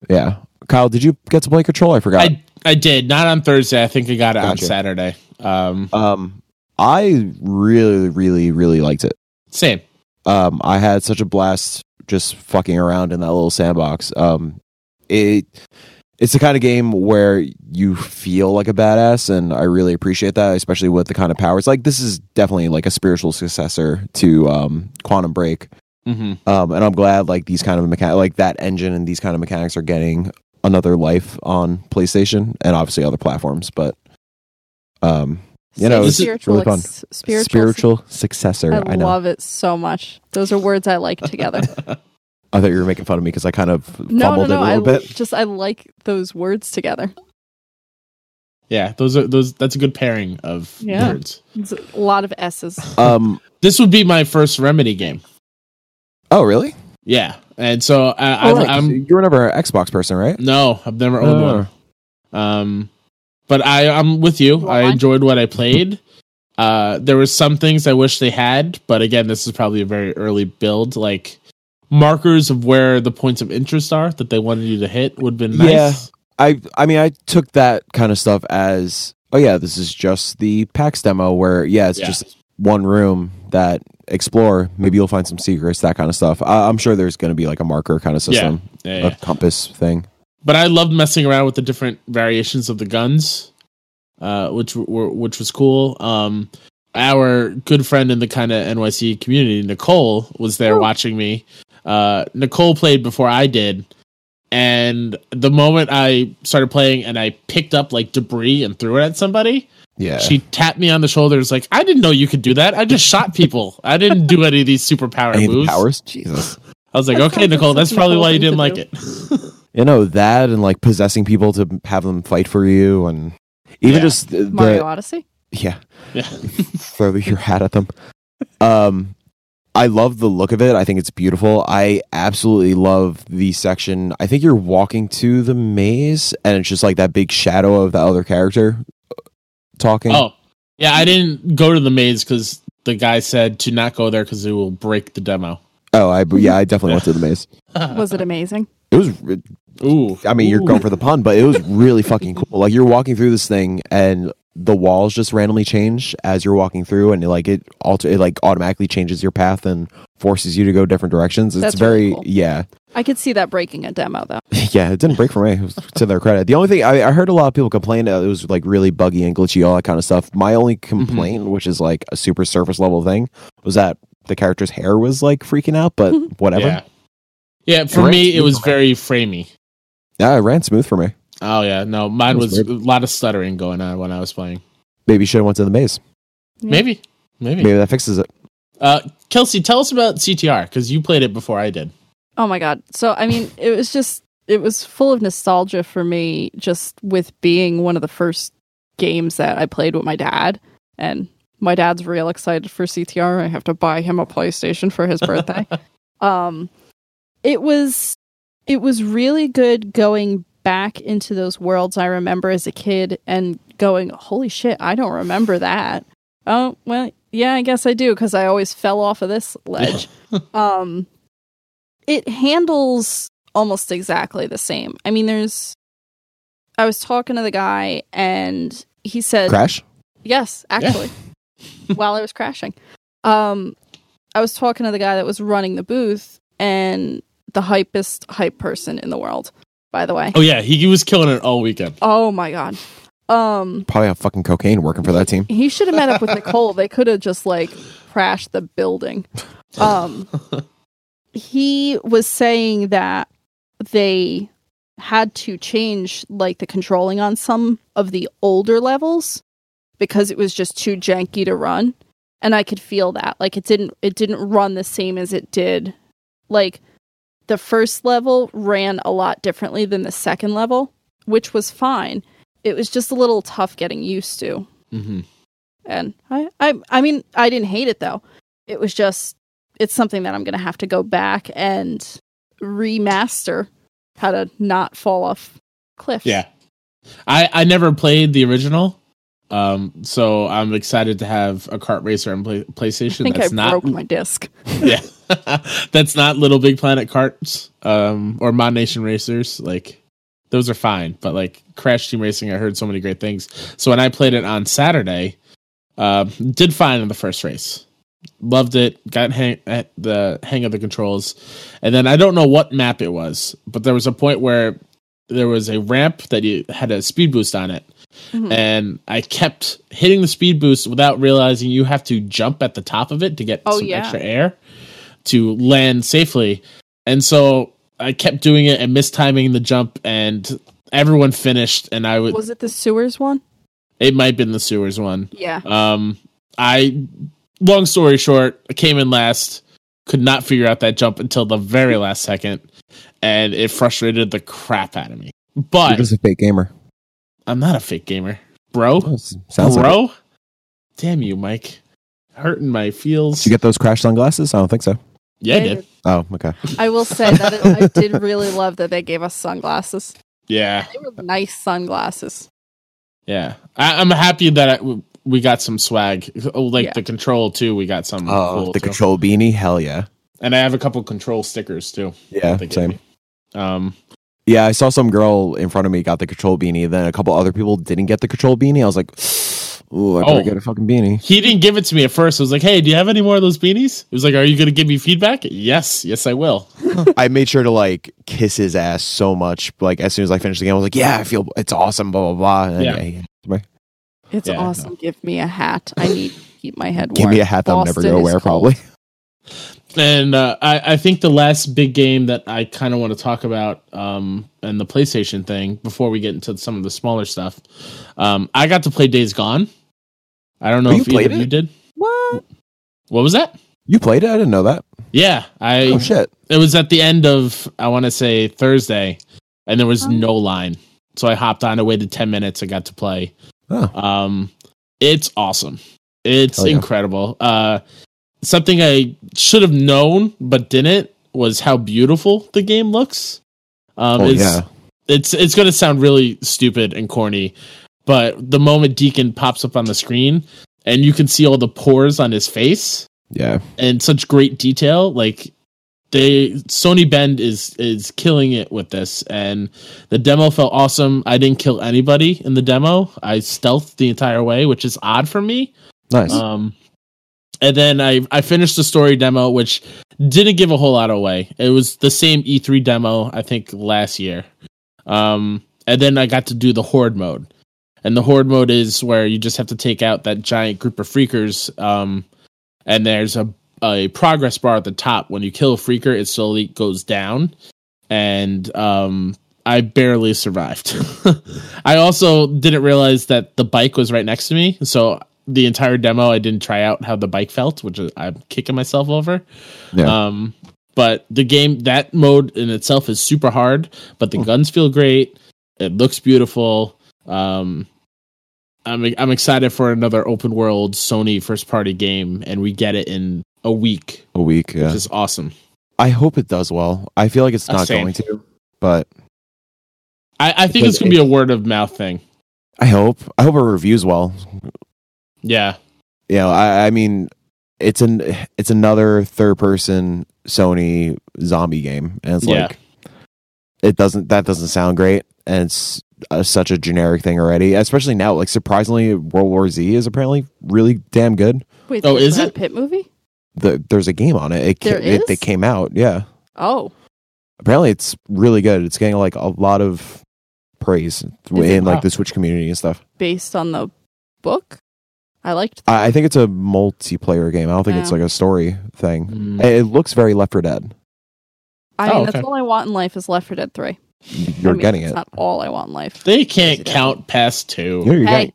Speaker 2: Yeah, Kyle, did you get to play Control? I forgot.
Speaker 1: I I did not on Thursday. I think I got it on
Speaker 2: Gotcha.
Speaker 1: Saturday. Um,
Speaker 2: um, I really, really, really liked it.
Speaker 1: same.
Speaker 2: um, I had such a blast just fucking around in that little sandbox. Um, it it's the kind of game where you feel like a badass, and I really appreciate that, especially with the kind of powers. Like this is definitely like a spiritual successor to um, Quantum Break,
Speaker 1: hmm
Speaker 2: um, and I'm glad like these kind of mechanics, like that engine and these kind of mechanics, are getting another life on PlayStation and obviously other platforms. But um, you know,
Speaker 3: Say
Speaker 1: it's
Speaker 3: spiritual,
Speaker 2: really fun.
Speaker 3: ex- spiritual,
Speaker 2: spiritual, successor. I,
Speaker 3: I,
Speaker 2: know.
Speaker 3: love it so much. Those are words I like together.
Speaker 2: I thought you were making fun of me because I kind of fumbled
Speaker 3: no, no,
Speaker 2: it a
Speaker 3: no.
Speaker 2: little
Speaker 3: I
Speaker 2: bit.
Speaker 3: just I like those words together.
Speaker 1: Yeah, those are those. That's a good pairing of
Speaker 3: Yeah.
Speaker 1: words.
Speaker 3: It's a lot of S's.
Speaker 2: Um.
Speaker 1: This would be my first remedy game.
Speaker 2: Oh, really?
Speaker 1: Yeah, and so I,
Speaker 2: Oh,
Speaker 1: I,
Speaker 2: right, 'cause
Speaker 1: I'm
Speaker 2: you were never an Xbox person, right?
Speaker 1: no, I've never owned
Speaker 2: No.
Speaker 1: one. Um, but I I'm with you.
Speaker 3: Well,
Speaker 1: I
Speaker 3: I-
Speaker 1: enjoyed what I played. Uh, there were some things I wish they had, but again, this is probably a very early build. Like markers of where the points of interest are that they wanted you to hit would have been nice.
Speaker 2: Yeah. I. I mean, I took that kind of stuff as, oh yeah, this is just the PAX demo where, yeah, it's
Speaker 1: Yeah.
Speaker 2: just one room that explore. Maybe you'll find some secrets, that kind of stuff. I, I'm sure there's going to be like a marker kind of system,
Speaker 1: Yeah, yeah.
Speaker 2: a compass thing.
Speaker 1: But I loved messing around with the different variations of the guns, uh, which were which was cool. Um, our good friend in the kind of NYC community, Nicole, was there
Speaker 3: Oh.
Speaker 1: watching me. Uh, Nicole played before I did, and the moment I started playing and I picked up like debris and threw it at somebody,
Speaker 2: Yeah.
Speaker 1: she tapped me on the shoulder. Was like, "I didn't know you could do that. I just shot people. I didn't do any of these superpower
Speaker 2: Any of the
Speaker 1: moves."
Speaker 2: powers? Jesus.
Speaker 1: I was like,
Speaker 3: That
Speaker 1: "Okay,
Speaker 3: sounds like
Speaker 1: Nicole, that's
Speaker 3: something
Speaker 1: probably
Speaker 3: Nicole
Speaker 1: why you
Speaker 3: thing
Speaker 1: didn't
Speaker 3: to
Speaker 1: like
Speaker 3: do.
Speaker 1: it."
Speaker 2: You know that, and like possessing people to have them fight for you, and even
Speaker 1: Yeah.
Speaker 2: just the,
Speaker 3: Mario
Speaker 2: the
Speaker 3: Odyssey.
Speaker 2: yeah.
Speaker 1: yeah.
Speaker 2: throw your hat at them. Um, I love the look of it. I think it's beautiful. I absolutely love the section. I think you're walking to the maze, and it's just like that big shadow of the other character uh, talking.
Speaker 1: Oh, yeah. I didn't go to the maze because the guy said to not go there because it will break the demo.
Speaker 2: oh, I yeah, I definitely went to the maze.
Speaker 3: Was it amazing?
Speaker 2: It was. It,
Speaker 1: Ooh.
Speaker 2: I mean, you're
Speaker 1: Ooh.
Speaker 2: going for the pun, but it was really fucking cool. Like you're walking through this thing, and the walls just randomly change as you're walking through, and it, like it alter, it like automatically changes your path and forces you to go different directions. It's
Speaker 3: That's
Speaker 2: very
Speaker 3: really cool.
Speaker 2: yeah.
Speaker 3: I could see that breaking a demo though.
Speaker 2: Yeah, it didn't break for me. It was to their credit. The only thing I, I heard a lot of people complain that it was like really
Speaker 1: Mm-hmm.
Speaker 2: buggy and glitchy, all that kind of stuff. My only complaint, which is like a super surface level thing, was that the character's hair was like freaking out, but whatever.
Speaker 1: Yeah. Yeah, for
Speaker 2: Right.
Speaker 1: me it was very framey.
Speaker 2: Yeah, it ran smooth for me.
Speaker 1: Oh yeah, no, mine
Speaker 2: That's
Speaker 1: was a lot of stuttering going on when I was playing.
Speaker 2: Maybe you should have went to the maze.
Speaker 1: Maybe, maybe.
Speaker 2: Maybe that fixes it.
Speaker 1: Uh, Kelsey, tell us about CTR because you played it before I did.
Speaker 3: Oh my god. So I mean, it was just it was full of nostalgia for me just with being one of the first games that I played with my dad and my dad's real excited for CTR. I have to buy him a PlayStation for his birthday. um it was it was really good going back into those worlds I remember as a kid and going, "Holy shit, I don't remember that." Oh, well, yeah, I guess I do cuz I always fell off of this ledge. um it handles almost exactly the same. I mean, there's. I was talking to the guy, and he said,
Speaker 2: Crash?
Speaker 3: "Yes, actually." while I was crashing, um, I was talking to the guy that was running the booth, and the hypest hype person in the world, by the way.
Speaker 1: Oh yeah, he, he was killing it all weekend.
Speaker 3: Oh my god. Um,
Speaker 2: Probably have fucking cocaine working for that team.
Speaker 3: he should have met up with Nicole. They could have just like crashed the building. Um, he was saying that they had to change like the controlling on some of the older levels because it was just too janky to run and i could feel that like it didn't it didn't run the same as it did like the first level ran a lot differently than the second level which was fine it was just a little tough getting used to
Speaker 1: Mhm.
Speaker 3: and I, I I mean I didn't hate it though. It was just it's something that I'm gonna have to go back and remaster how to not fall off cliffs.
Speaker 1: Yeah, I I never played the original, um, so I'm excited to have a kart racer on play,
Speaker 3: I
Speaker 1: PlayStation.
Speaker 3: think I
Speaker 1: that's not
Speaker 3: broke my disc.
Speaker 1: yeah, that's not Little Big Planet karts um, or Mod Nation racers. Like those are fine, but like Crash Team Racing, I heard so many great things. So when I played it on Saturday, uh, did fine in the first race. Loved it. Got hang- at the hang of the controls, and then I don't know what map it was, but there was a point where there was a ramp that you had a speed boost on it.
Speaker 3: Mhm.
Speaker 1: And I kept hitting the speed boost without realizing you have to jump at the top of it to get
Speaker 3: Oh,
Speaker 1: some
Speaker 3: yeah.
Speaker 1: extra air to land safely. And so I kept doing it and mistiming the jump, and everyone finished. And I would,
Speaker 3: Was it the sewers one?
Speaker 1: it might have been the sewers one.
Speaker 3: Yeah.
Speaker 1: Um, I, long story short, I came in last, could not figure out that jump until the very last second, and it frustrated the crap out of me.
Speaker 2: You're
Speaker 1: But
Speaker 2: just a fake gamer.
Speaker 1: I'm not a fake gamer, bro.
Speaker 2: Oh, s- sounds like it.
Speaker 1: bro, damn you, Mike, hurting my feels.
Speaker 2: Did you get those crash sunglasses? I don't think so.
Speaker 1: yeah, I did.
Speaker 2: Oh, okay.
Speaker 3: I will say that it, I did really love that they gave us sunglasses.
Speaker 1: Yeah,
Speaker 3: They were nice sunglasses.
Speaker 1: yeah. I, I'm happy that I, we got some swag, Oh, like
Speaker 3: Yeah.
Speaker 1: the control too. We got
Speaker 3: Mm,
Speaker 1: some.
Speaker 2: Oh,
Speaker 1: cool,
Speaker 2: the
Speaker 1: too.
Speaker 2: control beanie? Hell yeah.
Speaker 1: and I have a couple control stickers too.
Speaker 2: Yeah,
Speaker 1: they gave
Speaker 2: same.
Speaker 1: me. Um,
Speaker 2: Yeah, I saw some girl in front of me got the control beanie. Then a couple other people didn't get the control beanie. I was like, "Ooh, I better
Speaker 1: Oh.
Speaker 2: get a fucking beanie."
Speaker 1: he didn't give it to me at first. I was like, "Hey, do you have any more of those beanies?" He was like, "Are you going to give me feedback?" Yes, yes, I will.
Speaker 2: I made sure to like kiss his ass so much. Like as soon as I finished the game, I was like, "Yeah, I feel it's awesome." Blah blah blah. And
Speaker 1: Yeah.
Speaker 2: yeah, he
Speaker 3: It's
Speaker 1: Yeah, I know.
Speaker 3: awesome. Give me a hat. I need to keep my head
Speaker 2: Give
Speaker 3: warm.
Speaker 2: me a hat that I'm never
Speaker 3: Boston
Speaker 2: gonna
Speaker 3: is
Speaker 2: wear,
Speaker 3: cold.
Speaker 2: probably.
Speaker 1: And uh, I, I think the last big game that I kind of want to talk about, um, and the PlayStation thing before we get into some of the smaller stuff, um, I got to play Days Gone. I don't know
Speaker 2: Oh, you
Speaker 1: if either
Speaker 2: played
Speaker 1: of you
Speaker 2: it?
Speaker 1: did.
Speaker 3: What?
Speaker 1: What was that?
Speaker 2: You played it? I didn't know that.
Speaker 1: Yeah, I
Speaker 2: Oh shit!
Speaker 1: it was at the end of I want to say Thursday, and there was
Speaker 3: Oh.
Speaker 1: no line, so I hopped on. I waited ten minutes. I got to play.
Speaker 2: Oh,
Speaker 1: Um, it's awesome. It's
Speaker 2: Hell yeah.
Speaker 1: incredible. Uh, something I should have known but didn't was how beautiful the game looks. Um,
Speaker 2: oh
Speaker 1: it's,
Speaker 2: yeah.
Speaker 1: it's it's going to sound really stupid and corny, but the moment Deacon pops up on the screen and you can see all the pores on his face
Speaker 2: Yeah.
Speaker 1: in such great detail, like they Sony Bend is is killing it with this, and the demo felt awesome. I didn't kill anybody in the demo. I stealthed the entire way, which is odd for me.
Speaker 2: Nice.
Speaker 3: Uh,
Speaker 1: Um, and then I I finished the story demo, which didn't give a whole lot away. It was the same E3 demo I think last year. Um, and then I got to do the horde mode, and the horde mode is where you just have to take out that giant group of freakers. Um, and there's a a progress bar at the top. When you kill a freaker, it slowly goes down, and um, I barely survived. I also didn't realize that the bike was right next to me, so the entire demo I didn't try out how the bike felt, which is, I'm kicking myself over.
Speaker 2: Yeah.
Speaker 1: Um, but the game that mode in itself is super hard, but the
Speaker 2: Hmm.
Speaker 1: guns feel great. It looks beautiful. Um, I'm I'm excited for another open world Sony first party game, and we get it in a week,
Speaker 2: a week. Yeah.
Speaker 1: which is awesome.
Speaker 2: I hope it does well. I feel like it's
Speaker 1: Uh,
Speaker 2: not
Speaker 1: same.
Speaker 2: going to, but
Speaker 1: I, I think it's gonna be a word of mouth thing.
Speaker 2: I hope. I hope it reviews well.
Speaker 1: Yeah,
Speaker 2: You know, I, I mean, it's an it's another third person Sony zombie game, and it's
Speaker 1: Yeah.
Speaker 2: like it doesn't that doesn't sound great, and it's uh, such a generic thing already. Especially now, like surprisingly, World War Z is apparently really damn good.
Speaker 3: Wait,
Speaker 1: Oh,
Speaker 3: the
Speaker 1: is
Speaker 3: Brad
Speaker 1: it?
Speaker 3: Pitt movie?
Speaker 2: The, there's a game on it. It, ca-
Speaker 3: There
Speaker 2: it
Speaker 3: is?
Speaker 2: it came out. Yeah,
Speaker 3: Oh,
Speaker 2: apparently it's really good. It's getting like a lot of praise in
Speaker 1: Wow.
Speaker 2: like the Switch community and stuff.
Speaker 3: based on the book. I liked.
Speaker 2: I, I think it's a multiplayer game. I don't think it's
Speaker 3: Yeah.
Speaker 2: like a story thing.
Speaker 1: Mm.
Speaker 2: It, it looks very Left 4 Dead.
Speaker 3: I
Speaker 1: Oh,
Speaker 3: mean,
Speaker 1: okay.
Speaker 3: that's all I want in life is Left 4 Dead 3.
Speaker 2: You're
Speaker 3: I mean,
Speaker 2: getting
Speaker 3: that's
Speaker 2: it.
Speaker 3: Not all I want in life.
Speaker 1: they can't count past two.
Speaker 2: You're, you're
Speaker 3: Hey,
Speaker 2: getting,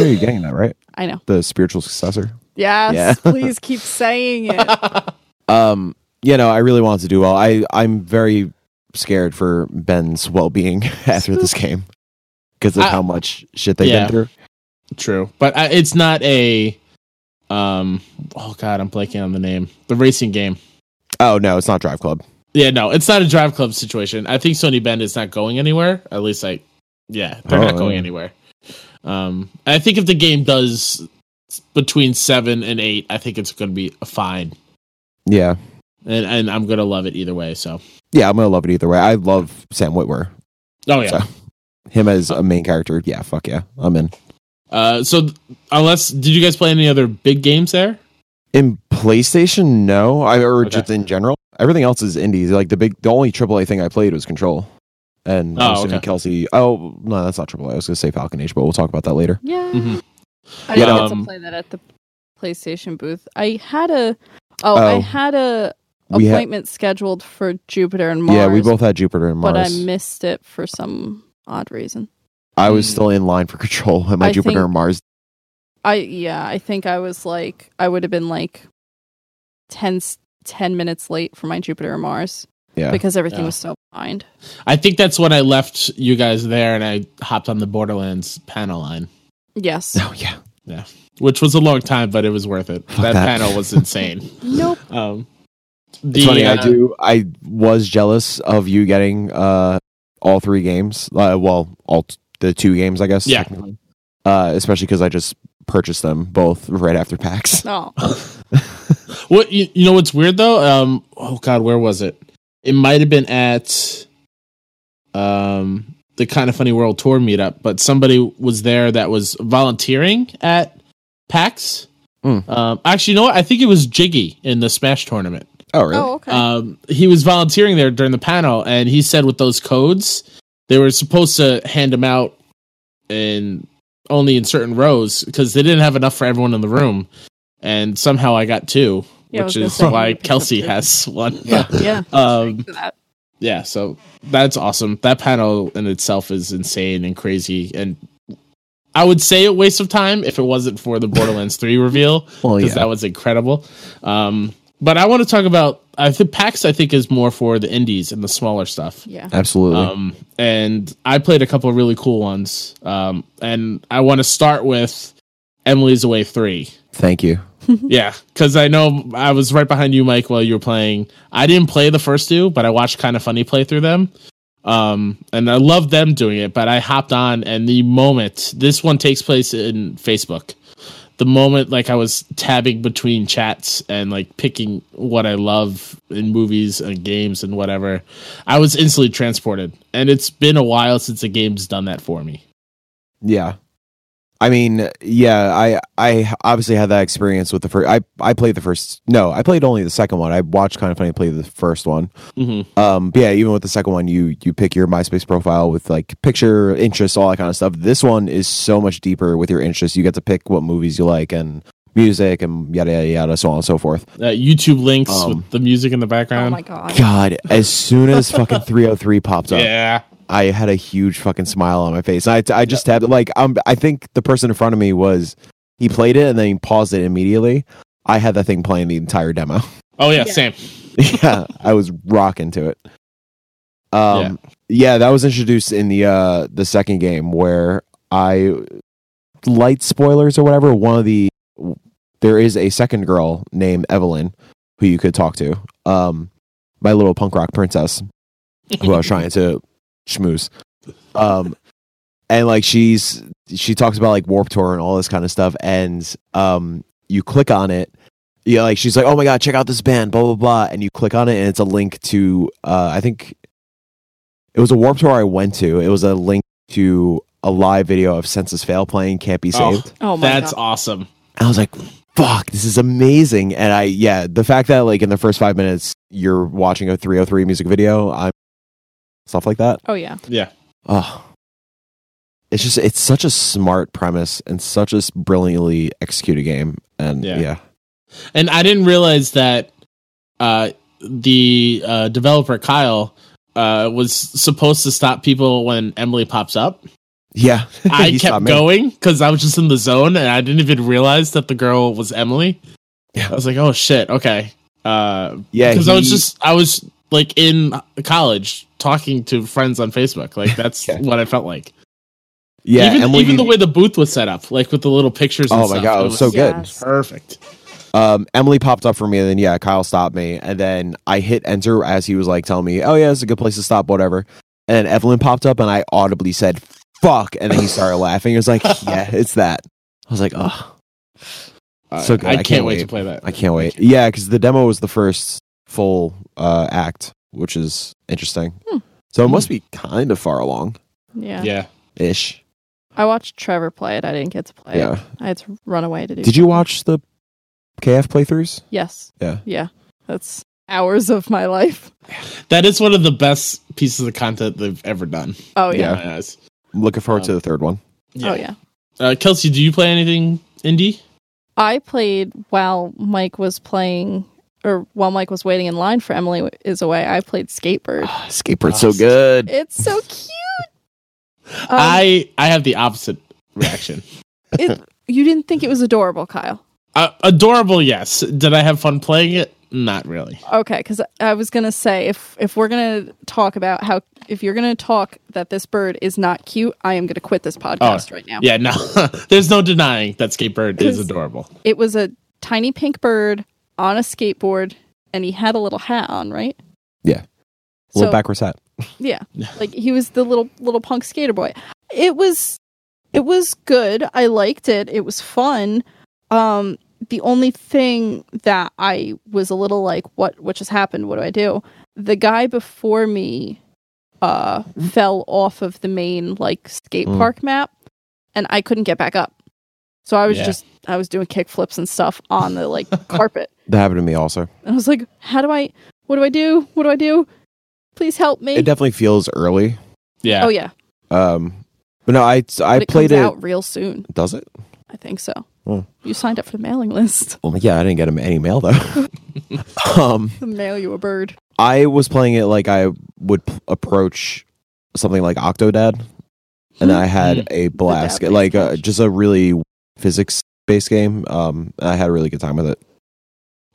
Speaker 2: you're, you're getting that right.
Speaker 3: I know.
Speaker 2: The spiritual successor.
Speaker 3: Yes,
Speaker 2: Yeah.
Speaker 3: please keep saying it.
Speaker 2: Um, you know, I really want it to do well. I I'm very scared for Ben's well being after this game because of
Speaker 1: I-
Speaker 2: how much shit they've
Speaker 1: Yeah.
Speaker 2: been through.
Speaker 1: True, but I, it's not a. Um. Oh God, I'm blanking on the name. The racing game.
Speaker 2: Oh no, it's not Drive Club.
Speaker 1: Yeah, no, it's not a drive club situation. I think Sony Bend is not going anywhere. At least, like, yeah, they're not
Speaker 2: Oh,
Speaker 1: going
Speaker 2: yeah.
Speaker 1: anywhere. Um, I think if the game does s- between seven and eight, I think it's going to be fine,
Speaker 2: Yeah,
Speaker 1: and and I'm going to love it either way. So,
Speaker 2: yeah, I'm gonna love it either way. I love Sam Witwer.
Speaker 1: oh yeah.
Speaker 2: So- Him as a main character. Yeah, fuck yeah, I'm in.
Speaker 1: Uh, so th- unless did you guys play any other big games there?
Speaker 2: In PlayStation, no. I or
Speaker 1: Okay.
Speaker 2: just in general, everything else is indies. Like the big, the only AAA thing I played was Control, and
Speaker 1: Oh,
Speaker 2: I'm assuming
Speaker 1: okay.
Speaker 2: Kelsey. Oh no, that's not AAA. I was gonna say Falcon Age, but we'll talk about that later.
Speaker 3: Yeah.
Speaker 2: Mm-hmm.
Speaker 1: Mhm.
Speaker 3: I didn't get
Speaker 1: Um,
Speaker 3: to play that at the PlayStation booth. I had a oh, I
Speaker 2: Oh.
Speaker 3: had a
Speaker 2: We had,
Speaker 3: appointment scheduled for Jupiter and Mars.
Speaker 2: yeah, we both had Jupiter and
Speaker 3: but I
Speaker 2: Mars.
Speaker 3: missed it for some odd reason.
Speaker 2: I was
Speaker 1: Mm.
Speaker 2: still in line for Control and my
Speaker 3: I
Speaker 2: Jupiter
Speaker 3: think-
Speaker 2: and Mars.
Speaker 3: I yeah, I think I was like I would have been like 10, s- 10 minutes late for my Jupiter and Mars
Speaker 2: Yeah,
Speaker 3: because everything
Speaker 1: Yeah.
Speaker 3: was so behind.
Speaker 1: I think that's when I left you guys there, and I hopped on the Borderlands panel line,
Speaker 3: Yes.
Speaker 2: oh yeah,
Speaker 1: which was a long time, but it was worth it.
Speaker 2: Fuck
Speaker 1: that,
Speaker 2: that.
Speaker 1: panel was insane.
Speaker 3: nope.
Speaker 1: Um,
Speaker 2: it's
Speaker 1: the,
Speaker 2: funny.
Speaker 1: uh,
Speaker 2: I do. I was jealous of you getting uh all three games. Uh, well, all t- the two games, I guess.
Speaker 1: Yeah.
Speaker 2: technically. Uh, especially because I just purchased them both right after PAX.
Speaker 3: No.
Speaker 1: What you, you know? What's weird though? Um. Oh God, where was it? It might have been at, um, the kind of funny world tour meetup. But somebody was there that was volunteering at PAX.
Speaker 2: Mm.
Speaker 1: Um. Actually, you know what? I think it was Jiggy in the Smash tournament.
Speaker 2: Oh really?
Speaker 3: Oh, okay.
Speaker 1: Um. He was volunteering there during the panel, and he said with those codes, they were supposed to hand them out in only in certain rows because they didn't have enough for everyone in the room. And somehow I got two
Speaker 3: Yeah, I
Speaker 1: which
Speaker 3: was gonna
Speaker 1: is
Speaker 3: say,
Speaker 1: why
Speaker 3: you picked up
Speaker 1: Kelsey
Speaker 3: two.
Speaker 1: has one.
Speaker 2: Yeah.
Speaker 3: yeah.
Speaker 1: um,
Speaker 3: for that.
Speaker 1: yeah, so that's awesome. That panel in itself is insane and crazy, and I would say a waste of time if it wasn't for the Borderlands Three reveal
Speaker 2: Well,
Speaker 1: because
Speaker 2: yeah.
Speaker 1: that was incredible. Um, but I want to talk about I think PAX. I think is more for the indies and the smaller stuff.
Speaker 3: Yeah.
Speaker 2: Absolutely.
Speaker 1: Um, and I played a couple of really cool ones. Um, and I want to start with Emily's Away Three.
Speaker 2: Thank you.
Speaker 1: Yeah, because I know I was right behind you, Mike, while you were playing. I didn't play the first two, but I watched kind of funny play through them. Um, and I love them doing it, but I hopped on, and the moment this one takes place in Facebook, the moment like I was tabbing between chats and like picking what I love in movies and games and whatever, I was instantly transported. And it's been a while since a game's done that for me.
Speaker 2: Yeah. I mean, yeah, I I obviously had that experience with the first I I played the first no, I played only the second one. I watched kind of funny play the first one.
Speaker 1: Mm-hmm.
Speaker 2: Um but yeah, even with the second one you you pick your MySpace profile with like picture, interests, all that kind of stuff. This one is so much deeper with your interests. You get to pick what movies you like and music and yada yada yada, so on and so forth.
Speaker 1: Uh, YouTube links
Speaker 2: Um,
Speaker 1: with the music in the
Speaker 3: Oh
Speaker 1: background.
Speaker 3: my god.
Speaker 2: God, as soon as fucking 303 pops up,
Speaker 1: yeah.
Speaker 2: I had a huge fucking smile on my face. I, I just tapped it. Like, um, I think the person in front of me was, he played it and then he paused it immediately. I had that thing playing the entire demo.
Speaker 1: Oh yeah,
Speaker 3: Yeah.
Speaker 1: same.
Speaker 2: yeah, I was rocking to it. Um, yeah. that was introduced in the uh the second game where I light spoilers or whatever. One of the there is a second girl named Evelyn who you could talk to. Um, my little punk rock princess who I was trying to schmooze. Um, and like she's she talks about like Warp Tour and all this kind of stuff, and um, you click on it. Yeah, like she's like, oh my god, check out this band, blah blah blah, and you click on it, and it's a link to uh, I think it was a Warp Tour I went to. It was a link to a live video of Census Fail playing "Can't Be
Speaker 1: Oh.
Speaker 2: Saved."
Speaker 3: Oh my
Speaker 1: That's
Speaker 3: god.
Speaker 1: awesome.
Speaker 2: I was like, fuck, this is amazing. And I, yeah, the fact that like in the first five minutes you're watching a 303 music video, I'm stuff like that.
Speaker 3: Oh yeah.
Speaker 1: Yeah.
Speaker 2: Oh, it's just, it's such a smart premise and such a s- brilliantly executed game. And
Speaker 1: Yeah.
Speaker 2: yeah.
Speaker 1: And I didn't realize that uh, the uh, developer Kyle uh, was supposed to stop people when Emily pops up.
Speaker 2: Yeah.
Speaker 1: I
Speaker 2: He saw
Speaker 1: kept
Speaker 2: me.
Speaker 1: going because I was just in the zone and I didn't even realize that the girl was Emily.
Speaker 2: Yeah.
Speaker 1: I was like, oh shit, okay. Uh,
Speaker 2: Yeah.
Speaker 1: because I was
Speaker 2: he-
Speaker 1: just I was like in college talking to friends on Facebook. Like that's
Speaker 2: Yeah.
Speaker 1: what I felt like.
Speaker 2: yeah.
Speaker 1: even,
Speaker 2: Emily,
Speaker 1: even the way the booth was set up, like with the little pictures. And
Speaker 2: oh my
Speaker 1: stuff,
Speaker 2: God. It was so good.
Speaker 3: Yes.
Speaker 1: perfect.
Speaker 2: um, Emily popped up for me, and then yeah, Kyle stopped me, and then I hit enter as he was like telling me, "Oh yeah, it's a good place to stop, whatever." And then Evelyn popped up, and I audibly said, "Fuck!" And then he started laughing. He was like, "Yeah, it's that." I was like, "Oh, So
Speaker 1: Uh,
Speaker 2: good.
Speaker 1: I,
Speaker 2: I
Speaker 1: can't,
Speaker 2: can't
Speaker 1: wait to
Speaker 2: wait.
Speaker 1: play that.
Speaker 2: I can't wait." Yeah, because the demo was the first full uh, act, which is interesting.
Speaker 3: Hmm.
Speaker 2: So it must be kind of far along
Speaker 3: Yeah.
Speaker 1: Yeah.
Speaker 2: ish.
Speaker 3: I watched Trevor play it. I didn't get to play it.
Speaker 2: Yeah.
Speaker 3: I had to run away to do.
Speaker 2: Did you watch the KF playthroughs?
Speaker 3: Yes.
Speaker 2: Yeah.
Speaker 3: Yeah. That's hours of my life.
Speaker 1: that is one of the best pieces of content they've ever done.
Speaker 3: Oh
Speaker 1: in
Speaker 3: yeah.
Speaker 2: Yeah.
Speaker 1: my eyes.
Speaker 2: I'm looking forward to
Speaker 1: Um,
Speaker 2: the third one.
Speaker 3: Oh yeah.
Speaker 1: Uh, Kelsey, do you play anything indie?
Speaker 3: I played while Mike was playing or while Mike was waiting in line for Emily is away. I played Skatebird.
Speaker 2: Skateboard's so good.
Speaker 3: oh, It's so cute. Um,
Speaker 1: I I have the opposite reaction.
Speaker 3: it, you didn't think it was adorable, Kyle.
Speaker 1: uh, adorable, yes. Did I have fun playing it? Not really.
Speaker 3: Okay, because I was gonna say if if we're gonna talk about how if you're gonna talk that this bird is not cute, I am gonna quit this podcast right now.
Speaker 1: Oh, Yeah, no. There's no denying that Skatebird is
Speaker 3: Cause-
Speaker 1: adorable.
Speaker 3: It was a tiny pink bird on a skateboard, and he had a little hat on, right?
Speaker 2: Yeah.
Speaker 3: So,
Speaker 2: Little backwards hat.
Speaker 3: Yeah, like he was the little little punk skater boy. It was it was good. I liked it. It was fun. Um, the only thing that I was a little like, what what just happened? What do I do? The guy before me uh fell off of the main like skate
Speaker 2: Mm.
Speaker 3: park map and I couldn't get back up. So I was
Speaker 1: Yeah.
Speaker 3: just I was doing kick flips and stuff on the like carpet.
Speaker 2: That happened to me also.
Speaker 3: And I was like, how do I what do I do? What do I do? Please help me.
Speaker 2: It definitely feels early.
Speaker 1: Yeah.
Speaker 3: oh yeah.
Speaker 2: Um, but no, I I
Speaker 3: But it
Speaker 2: played
Speaker 3: comes
Speaker 2: it.
Speaker 3: out real soon.
Speaker 2: Does it?
Speaker 3: I think so.
Speaker 2: Hmm.
Speaker 3: You signed up for the mailing list.
Speaker 2: Well, yeah, I didn't get him any mail though. um,
Speaker 3: They'll mail you a bird.
Speaker 2: I was playing it like I would p- approach something like Octodad, and I
Speaker 3: Hmm.
Speaker 2: had a blast.
Speaker 3: Dad-based
Speaker 2: Like uh,
Speaker 3: touch.
Speaker 2: just a really physics based game. Um, and I had a really good time with it.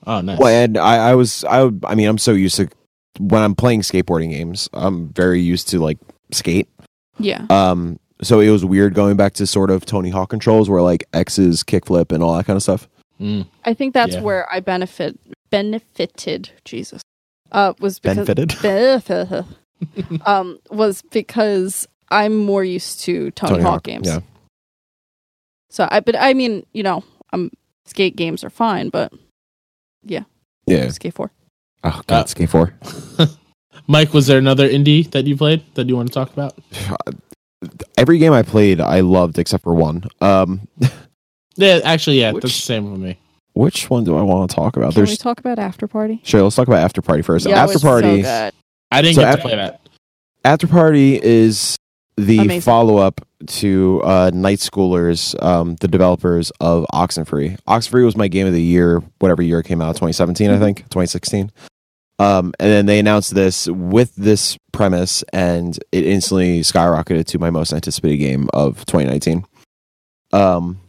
Speaker 1: Oh, nice.
Speaker 2: Well, and I, I was I would- I mean I'm so used to when I'm playing skateboarding games, I'm very used to like skate.
Speaker 3: Yeah.
Speaker 2: Um, so it was weird going back to sort of Tony Hawk controls where like X's kickflip and all that kind of stuff.
Speaker 1: Mm.
Speaker 3: I think that's
Speaker 1: Yeah.
Speaker 3: where I benefit benefited Jesus. Uh was because
Speaker 2: Benefited.
Speaker 3: um was because I'm more used to Tony, Hawk, games.
Speaker 2: Yeah.
Speaker 3: So I but I mean, you know, um skate games are fine, but
Speaker 2: Yeah.
Speaker 3: skate four.
Speaker 2: Oh god,
Speaker 1: Uh,
Speaker 2: Skate 4.
Speaker 1: Mike, was there another indie that you played that you want to talk about?
Speaker 2: Every game I played I loved except for one. Um
Speaker 1: Yeah, actually, yeah,
Speaker 2: Which-
Speaker 1: that's the same with me.
Speaker 2: which one do I want to talk about?
Speaker 3: Can we
Speaker 2: Oh, There's
Speaker 3: talk about after party?
Speaker 2: Sure, let's talk about After Party first.
Speaker 3: Yo,
Speaker 2: after
Speaker 3: it's so
Speaker 2: Party
Speaker 3: good.
Speaker 1: I didn't
Speaker 2: So
Speaker 1: get
Speaker 2: after-
Speaker 1: to play that.
Speaker 2: After Party is the
Speaker 3: Amazing.
Speaker 2: follow up to uh, Night Schoolers, um, the developers of Oxenfree. Oxenfree was my game of the year, whatever year it came out, 2017, I think, 2016. Um, and then they announced this with this premise, and it instantly skyrocketed to my most anticipated game of 2019. Um,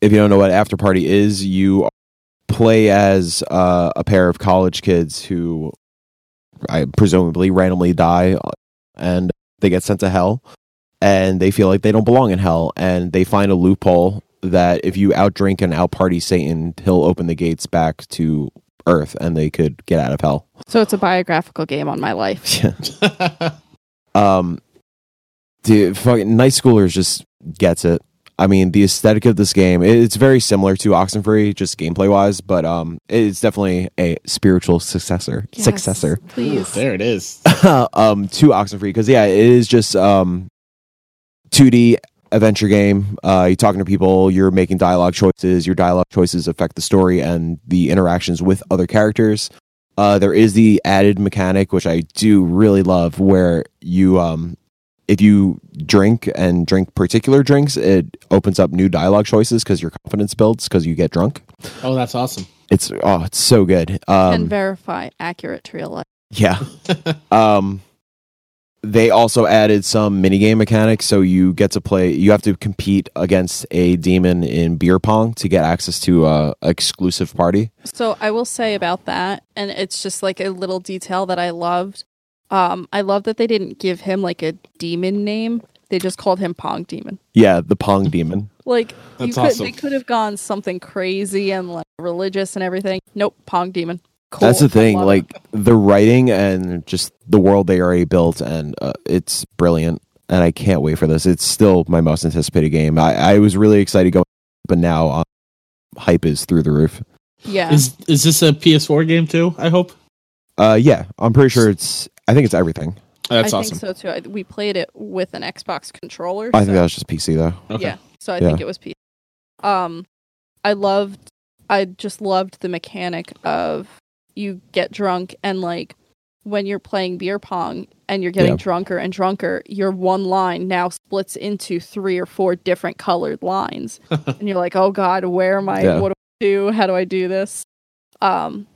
Speaker 2: if you don't know what After Party is, you play as uh, a pair of college kids who I presumably randomly die, uh, and they get sent to hell and they feel like they don't belong in hell and they find a loophole that if you outdrink and outparty Satan, he'll open the gates back to Earth and they could get out of hell.
Speaker 3: So it's a biographical game on my life.
Speaker 2: Um, dude, fucking Night Schoolers just gets it. I mean, the aesthetic of this game, it- it's very similar to Oxenfree, just gameplay wise, but um, it's definitely a spiritual successor. Successor.
Speaker 1: Ooh,
Speaker 3: please.
Speaker 1: there it is.
Speaker 2: um to Oxenfree because yeah, it is just um 2D adventure game. Uh you're talking to people, you're making dialogue choices, your dialogue choices affect the story and the interactions with other characters. Uh there is the added mechanic which I do really love where you um if you drink and drink particular drinks, it opens up new dialogue choices because your confidence builds because you get drunk.
Speaker 1: Oh, that's awesome.
Speaker 2: It's oh, it's so good. Um,
Speaker 3: and verify accurate to real life.
Speaker 2: yeah. um, they also added some minigame mechanics. So you get to play, you have to compete against a demon in beer pong to get access to uh, exclusive party.
Speaker 3: So I will say about that, and it's just like a little detail that I loved. Um, I love that they didn't give him like a demon name. They just called him Pong Demon.
Speaker 2: Yeah, the pong demon.
Speaker 3: Like you
Speaker 1: That's
Speaker 3: could,
Speaker 1: awesome.
Speaker 3: they could have gone something crazy and like religious and everything. Nope, Pong Demon. Cool.
Speaker 2: That's the thing.
Speaker 3: Love it.
Speaker 2: Like the writing and just the world they already built, and uh, it's brilliant. And I can't wait for this. It's still my most anticipated game. I, I was really excited going, but now um, hype is through the roof.
Speaker 3: yeah,
Speaker 1: Is is this a PS4 game too? I hope.
Speaker 2: Uh, yeah, I'm pretty sure it's. I think it's everything.
Speaker 3: I
Speaker 1: That's
Speaker 3: think
Speaker 1: awesome.
Speaker 3: so too. I, we played it with an Xbox controller.
Speaker 2: I
Speaker 3: so-
Speaker 2: think that was just PC though.
Speaker 1: Okay.
Speaker 3: Yeah. So I
Speaker 2: Yeah.
Speaker 3: think it was P. Um, I loved. I just loved the mechanic of you get drunk and like when you're playing beer pong and you're getting
Speaker 2: Yeah.
Speaker 3: drunker and drunker, your one line now splits into three or four different colored lines, and you're like, "Oh God, where am I?
Speaker 2: Yeah.
Speaker 3: What do I do? How do I do this?" Um,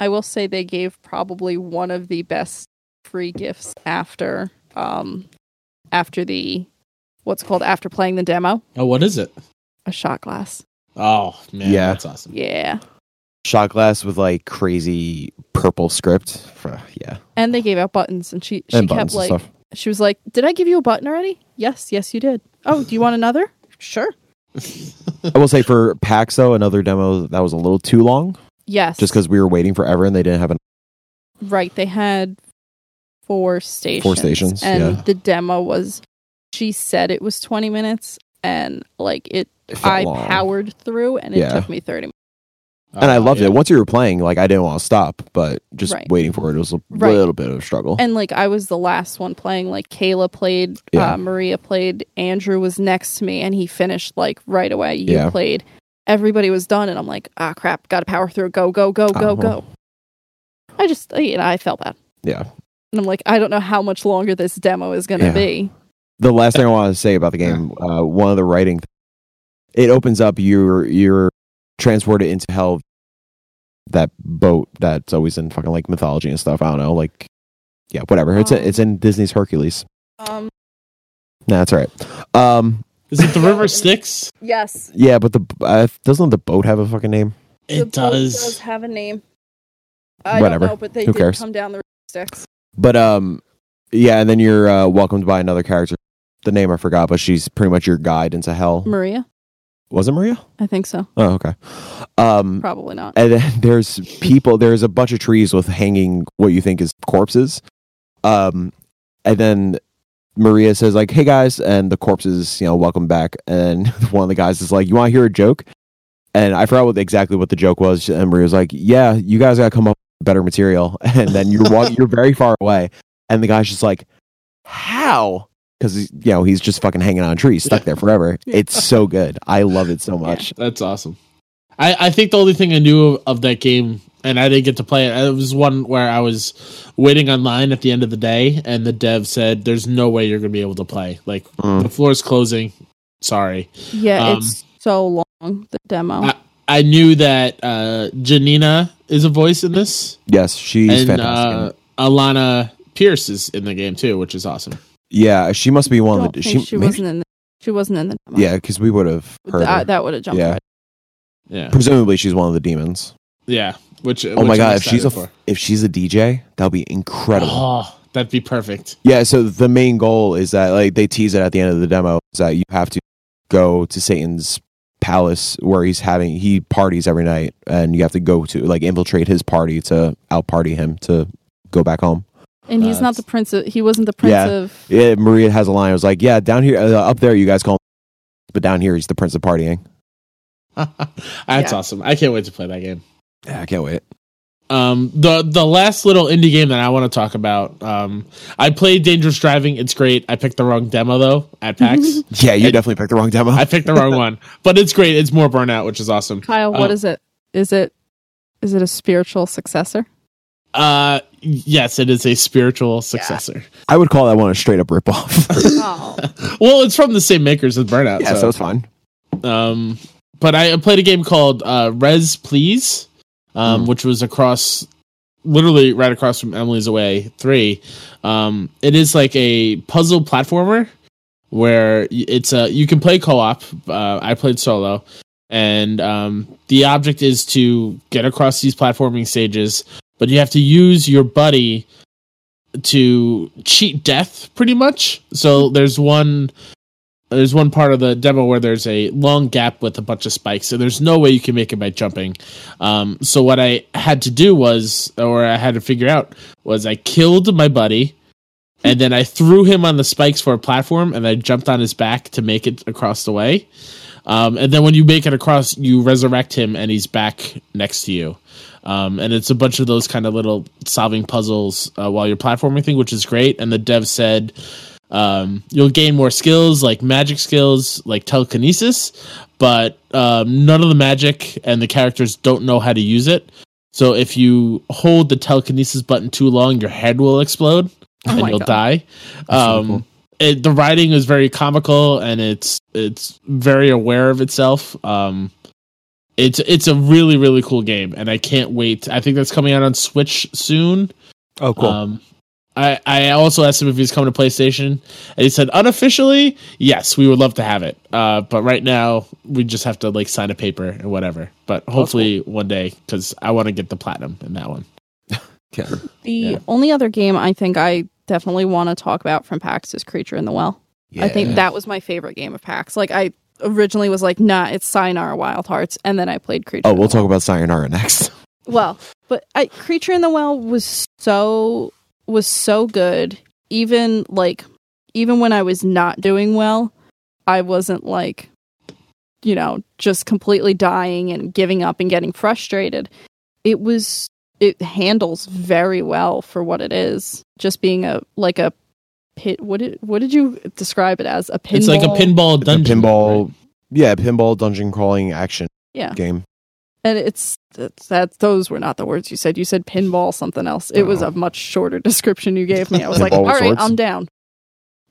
Speaker 3: I will say they gave probably one of the best free gifts after um after the what's it called after playing the demo
Speaker 1: Oh, what is it?
Speaker 3: a shot glass.
Speaker 1: Oh man,
Speaker 2: Yeah.
Speaker 1: that's awesome.
Speaker 3: Yeah.
Speaker 2: shot glass with like crazy purple script. For, yeah,
Speaker 3: And they gave out buttons and she she
Speaker 2: and
Speaker 3: kept
Speaker 2: buttons
Speaker 3: like
Speaker 2: and stuff.
Speaker 3: she was like, "Did I give you a button already?" "Yes, yes you did." "Oh, do you want another?" "Sure."
Speaker 2: I will say for PAX though, another demo that was a little too long,
Speaker 3: Yes.
Speaker 2: just because we were waiting forever and they didn't have an.
Speaker 3: right, they had four stations.
Speaker 2: stations,
Speaker 3: and
Speaker 1: yeah.
Speaker 3: the demo was she said it was 20 minutes and like it
Speaker 2: It felt
Speaker 3: I
Speaker 2: long.
Speaker 3: powered through and it
Speaker 2: Yeah.
Speaker 3: took me 30 minutes.
Speaker 2: and I loved
Speaker 1: Oh, yeah.
Speaker 2: it. Once you were playing, like I didn't want to stop, but just
Speaker 3: Right.
Speaker 2: waiting for it was a
Speaker 3: Right.
Speaker 2: little bit of a struggle.
Speaker 3: And like I was the last one playing. Like Kayla played,
Speaker 2: Yeah.
Speaker 3: uh, Maria played, Andrew was next to me, and he finished like right away. You
Speaker 2: Yeah.
Speaker 3: played. Everybody was done, and I'm like, ah, crap, got to power through. Go, go, go, go,
Speaker 2: Uh-huh.
Speaker 3: go. I just, uh, you know, I felt bad,
Speaker 2: yeah,
Speaker 3: and I'm like, I don't know how much longer this demo is gonna
Speaker 2: Yeah.
Speaker 3: be.
Speaker 2: the last thing I want to say about the game, uh, one of the writing, it opens up your your transported into hell. That boat that's always in fucking like mythology and stuff. I don't know, like yeah, whatever. It's
Speaker 3: Um.
Speaker 2: it's in Disney's Hercules.
Speaker 3: Um,
Speaker 2: Nah, that's all right. Um,
Speaker 1: Is it the River Styx?
Speaker 3: yes,
Speaker 2: Yeah, but the uh, doesn't the boat have a fucking name?
Speaker 1: It does.
Speaker 3: have a name.
Speaker 2: I don't Whatever. know,
Speaker 3: but they
Speaker 2: Who did cares?
Speaker 3: come down the sticks.
Speaker 2: But um, yeah, and then you're uh, welcomed by another character. The name I forgot, but she's pretty much your guide into hell.
Speaker 3: Maria,
Speaker 2: Was it Maria?
Speaker 3: I think so.
Speaker 2: Oh, okay. Um,
Speaker 3: Probably not.
Speaker 2: and then there's people. There's a bunch of trees with hanging what you think is corpses. Um, and then Maria says like, "Hey guys," and the corpses, you know, welcome back. And one of the guys is like, "You want to hear a joke?" And I forgot what exactly what the joke was. And Maria's like, "Yeah, you guys got to come up with better material." And then you're wa- you're very far away, and the guy's just like, "How?" Because you know he's just fucking hanging on trees, stuck there forever. It's so good. I love it so much.
Speaker 1: That's awesome. I, I think the only thing I knew of, of that game and I didn't get to play it. It was one where I was waiting online at the end of the day, and the dev said, "There's no way you're going to be able to play. Like
Speaker 2: Mm.
Speaker 1: the floor's closing. Sorry."
Speaker 3: Yeah,
Speaker 1: Um,
Speaker 3: it's so long the demo.
Speaker 1: I- I knew that uh, Janina is a voice in this,
Speaker 2: Yes, she's
Speaker 1: and
Speaker 2: fantastic.
Speaker 1: uh, Alana Pierce is in the game too, which is awesome.
Speaker 2: yeah, she must be
Speaker 3: I
Speaker 2: one
Speaker 3: don't
Speaker 2: of the.
Speaker 3: think she,
Speaker 2: maybe-
Speaker 3: wasn't in. The, she wasn't in the demo.
Speaker 2: Yeah, because we would have heard.
Speaker 3: Th- uh,
Speaker 2: her.
Speaker 3: that would have jumped.
Speaker 2: Yeah.
Speaker 3: right.
Speaker 1: Yeah,
Speaker 2: Presumably, she's one of the demons.
Speaker 1: yeah. Which
Speaker 2: Oh my god, if she's a if she's a DJ, that'll be incredible.
Speaker 1: oh, that'd be perfect.
Speaker 2: Yeah, so the main goal is that like they tease it at the end of the demo is that you have to go to Satan's palace where he's having he parties every night and you have to go to like infiltrate his party to out party him to go back home.
Speaker 3: And he's
Speaker 1: That's-
Speaker 3: not the prince. Of, he wasn't the prince
Speaker 2: Yeah.
Speaker 3: of.
Speaker 2: Yeah, Maria has a line. I was like, "Yeah, down here uh, up there you guys call him but down here he's the prince of partying."
Speaker 1: That's
Speaker 3: Yeah.
Speaker 1: awesome. I can't wait to play that game.
Speaker 2: Yeah, I can't wait.
Speaker 1: Um, the the last little indie game that I want to talk about. Um, I played Dangerous Driving. It's great. I picked the wrong demo though at PAX.
Speaker 2: Yeah, you
Speaker 1: It-
Speaker 2: definitely picked the wrong demo.
Speaker 1: I picked the wrong one, but it's great. It's more Burnout, which is awesome.
Speaker 3: Kyle, what
Speaker 1: Uh,
Speaker 3: is it? Is it? Is it a spiritual successor?
Speaker 1: Uh, yes, it is a spiritual successor.
Speaker 2: I would call that one a straight up ripoff.
Speaker 3: Oh,
Speaker 1: Well, it's from the same makers as Burnout.
Speaker 2: yeah, so
Speaker 1: so,
Speaker 2: it's fine.
Speaker 1: um, but I played a game called uh, Res Please, um,
Speaker 2: Mm.
Speaker 1: which was across, literally right across from Emily's Away Three. Um, it is like a puzzle platformer where y- it's a you can play co-op. Uh, I played solo, and um, the object is to get across these platforming stages, but you have to use your buddy to cheat death pretty much. So there's one there's one part of the demo where there's a long gap with a bunch of spikes, so there's no way you can make it by jumping. Um, so what I had to do was, or I had to figure out, was I killed my buddy, and then I threw him on the spikes for a platform, and I jumped on his back to make it across the way. Um, and then when you make it across, you resurrect him, and he's back next to you. Um, and it's a bunch of those kind of little solving puzzles uh, while you're platforming thing, which is great. And the dev said um, you'll gain more skills like magic skills, like telekinesis, but um, none of the magic and the characters don't know how to use it. So if you hold the telekinesis button too long, your head will explode
Speaker 3: oh
Speaker 1: and
Speaker 3: my
Speaker 1: you'll
Speaker 3: god!
Speaker 1: die.
Speaker 2: That's really
Speaker 1: Um,
Speaker 2: cool.
Speaker 1: it, the writing is very comical and it's it's very aware of itself. Um, it's it's a really really cool game, and I can't wait. I think that's coming out on Switch soon.
Speaker 2: Oh,
Speaker 1: Um, I, I also asked him if he's coming to PlayStation, and he said unofficially, yes, we would love to have it. Uh, but right now, we just have to like sign a paper and whatever. But hopefully one day, because I want to get the platinum in that one.
Speaker 2: Okay.
Speaker 3: The
Speaker 1: Yeah.
Speaker 3: only other game I think I definitely want to talk about from PAX is Creature in the Well. I
Speaker 1: Yeah.
Speaker 3: think that was my favorite game of PAX. Like I originally was like, nah, it's Sayonara Wild Hearts, and then I played Creature.
Speaker 2: Oh,
Speaker 3: in the
Speaker 2: we'll talk about Sayonara next.
Speaker 3: Well, but I, Creature in the Well was so was so good. Even like even when I was not doing well, I wasn't like you know, just completely dying and giving up and getting frustrated. It was it handles very well for what it is. Just being a like a pit what did what did you describe it as? A pinball
Speaker 1: It's like a pinball
Speaker 2: The
Speaker 1: dungeon.
Speaker 2: pinball, yeah, pinball dungeon crawling action
Speaker 3: Yeah.
Speaker 2: game.
Speaker 3: And it's that's that those were not the words you said. You said pinball something else. It was
Speaker 2: Oh.
Speaker 3: a much shorter description you gave me. I was like,
Speaker 2: Pinball
Speaker 3: all
Speaker 2: with
Speaker 3: right,
Speaker 2: swords?
Speaker 3: I'm down.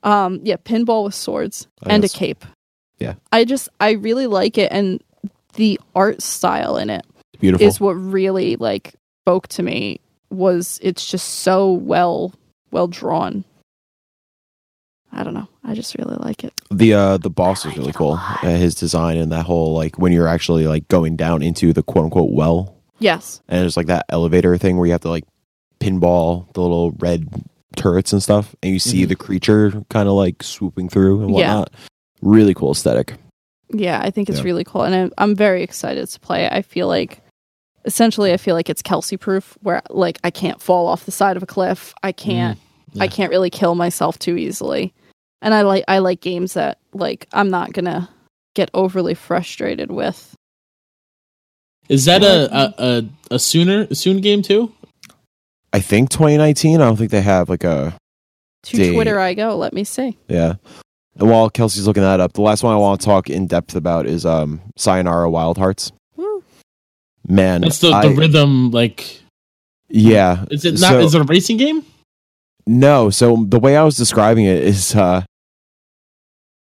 Speaker 3: Um, yeah, pinball with swords
Speaker 2: I
Speaker 3: and
Speaker 2: guess.
Speaker 3: a cape.
Speaker 2: Oh, Yeah.
Speaker 3: I just I really like it and the art style in it
Speaker 2: Beautiful.
Speaker 3: is what really like spoke to me was it's just so well well drawn. I don't know. I just really like it.
Speaker 2: the uh, the boss
Speaker 3: I
Speaker 2: is
Speaker 3: like
Speaker 2: really
Speaker 3: it a
Speaker 2: cool. Uh,
Speaker 3: lot.
Speaker 2: his design and that whole like when you're actually like going down into the quote unquote well,
Speaker 3: Yes.
Speaker 2: and there's like that elevator thing where you have to like pinball the little red turrets and stuff, and you see
Speaker 1: Mhm.
Speaker 2: the creature kind of like swooping through and
Speaker 3: Mm-hmm. Yeah.
Speaker 2: whatnot. Really cool aesthetic.
Speaker 3: Yeah, I think it's
Speaker 2: Yeah.
Speaker 3: really cool, and I'm, I'm very excited to play. it. I feel like, essentially, I feel like it's Kelsey proof, where like I can't fall off the side of a cliff. I can't.
Speaker 1: yeah.
Speaker 3: I can't really kill myself too easily, and I like I like games that like I'm not gonna get overly frustrated with.
Speaker 1: Is that a a, a a sooner a soon game too?
Speaker 2: I think 2019. I don't think they have like a
Speaker 3: To
Speaker 2: Dang.
Speaker 3: Twitter, I go. Let me see.
Speaker 2: yeah. And while Kelsey's looking that up, the last one I want to talk in depth about is um Sayonara Wild Hearts.
Speaker 3: Woo.
Speaker 2: man,
Speaker 1: That's the, the
Speaker 2: I-
Speaker 1: rhythm. Like,
Speaker 2: yeah.
Speaker 1: is it not?
Speaker 2: So-
Speaker 1: is it a racing game?
Speaker 2: No, so the way I was describing it is uh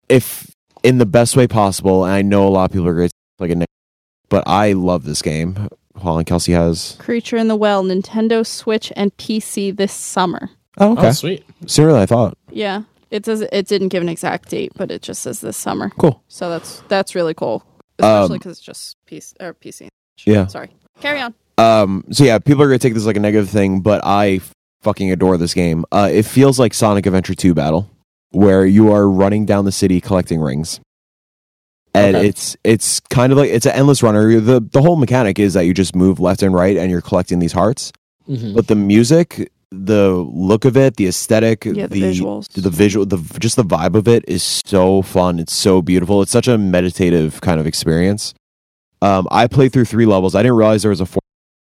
Speaker 2: if in the best way possible, and I know a lot of people are great like a name, but I love this game. Colin Kelsey has
Speaker 3: Creature in the Well, Nintendo Switch, and PC this summer.
Speaker 2: Oh
Speaker 1: Oh, sweet.
Speaker 2: Sooner than I thought.
Speaker 3: Yeah, it does. It didn't give an exact date, but it just says this summer.
Speaker 2: Cool.
Speaker 3: So that's that's really cool,
Speaker 2: Um,
Speaker 3: especially because it's just PC or PC.
Speaker 2: Yeah.
Speaker 3: Sorry. Carry on.
Speaker 2: Um so yeah, people are gonna take this as, like a negative thing, but I fucking adore this game. Uh it feels like Sonic Adventure 2 battle, where you are running down the city collecting rings. And
Speaker 1: Okay.
Speaker 2: it's it's kind of like it's an endless runner. The the whole mechanic is that you just move left and right and you're collecting these hearts.
Speaker 1: Mhm.
Speaker 2: but the music the look of it the aesthetic
Speaker 3: Yeah, the,
Speaker 2: the
Speaker 3: visuals.
Speaker 2: the visual the just the vibe of it is so fun it's so beautiful it's such a meditative kind of experience um i played through three levels i didn't realize there was a four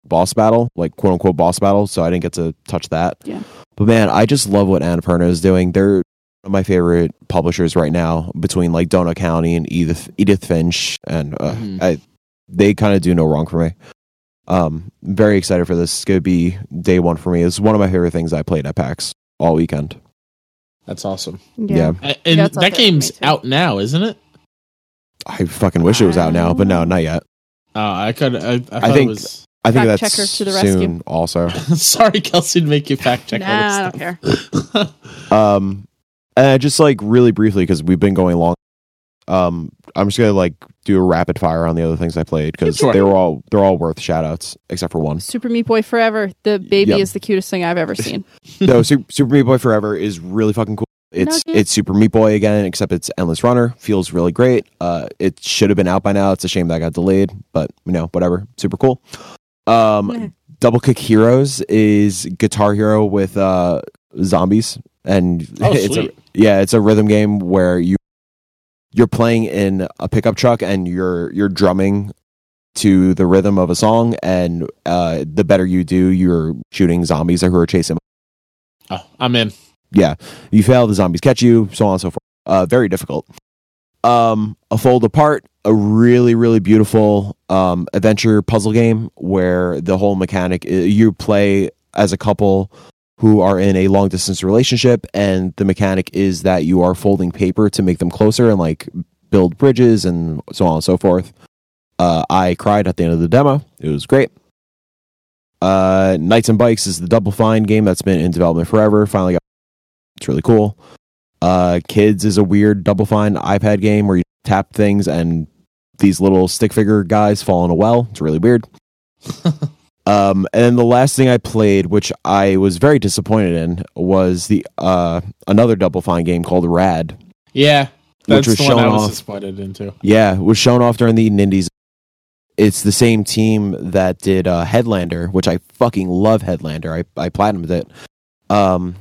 Speaker 2: boss battle like quote unquote boss battle so i didn't get to touch that
Speaker 3: Yeah.
Speaker 2: but man i just love what annapurna is doing they're one of my favorite publishers right now between like Donut County and Edith Edith Finch and uh,
Speaker 1: Mhm.
Speaker 2: I, they kind of do no wrong for me. Um, very excited for this. It's gonna be day one for me. It's one of my favorite things I played at PAX all weekend.
Speaker 1: That's awesome.
Speaker 2: Yeah,
Speaker 1: A- And
Speaker 3: Yeah, it's up there
Speaker 1: that
Speaker 3: for me,
Speaker 1: game's
Speaker 3: too.
Speaker 1: out now, isn't it?
Speaker 2: I fucking wish it was out now, but no, not yet.
Speaker 1: Oh, I could. I, I, thought
Speaker 2: think-
Speaker 1: it was.
Speaker 2: I think
Speaker 3: Fact checker
Speaker 2: that's
Speaker 3: to the rescue.
Speaker 2: soon. Also,
Speaker 1: Sorry, Kelsey, to make you fact check.
Speaker 3: Nah, I
Speaker 1: all
Speaker 3: don't care.
Speaker 1: this stuff.
Speaker 2: um, and I just like really briefly because we've been going long. Um, I'm just gonna like do a rapid fire on the other things I played because
Speaker 1: Sure.
Speaker 2: they were all they're all worth shout outs except for one.
Speaker 3: Super Meat Boy Forever. The baby
Speaker 2: Yep.
Speaker 3: is the cutest thing I've ever seen.
Speaker 2: no, Super, Super Meat Boy Forever is really fucking cool. It's
Speaker 3: Nugget.
Speaker 2: it's Super Meat Boy again, except it's Endless Runner. Feels really great. Uh, it should have been out by now. It's a shame that got delayed, but you know, whatever. Super cool. Um,
Speaker 3: Yeah.
Speaker 2: Double Kick Heroes is Guitar Hero with uh zombies, and
Speaker 1: Oh,
Speaker 2: it's a,
Speaker 1: sweet.
Speaker 2: yeah, it's a rhythm game where you you're playing in a pickup truck and you're you're drumming to the rhythm of a song, and uh, the better you do, you're shooting zombies who are chasing
Speaker 1: Oh, I'm in.
Speaker 2: yeah, you fail, the zombies catch you, so on and so forth. Uh, very difficult. Um, a fold apart, a really really beautiful um, adventure puzzle game where the whole mechanic i- you play as a couple who are in a long distance relationship, and the mechanic is that you are folding paper to make them closer and like build bridges and so on and so forth. Uh, I cried at the end of the demo. It was great. Uh, Knights and Bikes is the Double Fine game that's been in development forever. Finally got it's really cool. Uh, Kids is a weird Double Fine iPad game where you tap things and these little stick figure guys fall in a well. It's really weird. um, and then the last thing I played, which I was very disappointed in, was the uh, another Double Fine game called Rad.
Speaker 1: Yeah, that's
Speaker 2: was
Speaker 1: the one
Speaker 2: shown
Speaker 1: I was
Speaker 2: off.
Speaker 1: disappointed into.
Speaker 2: Yeah, it was shown off during the Nindies. It's the same team that did uh, Headlander, which I fucking love. Headlander, I I platinumed it. Um,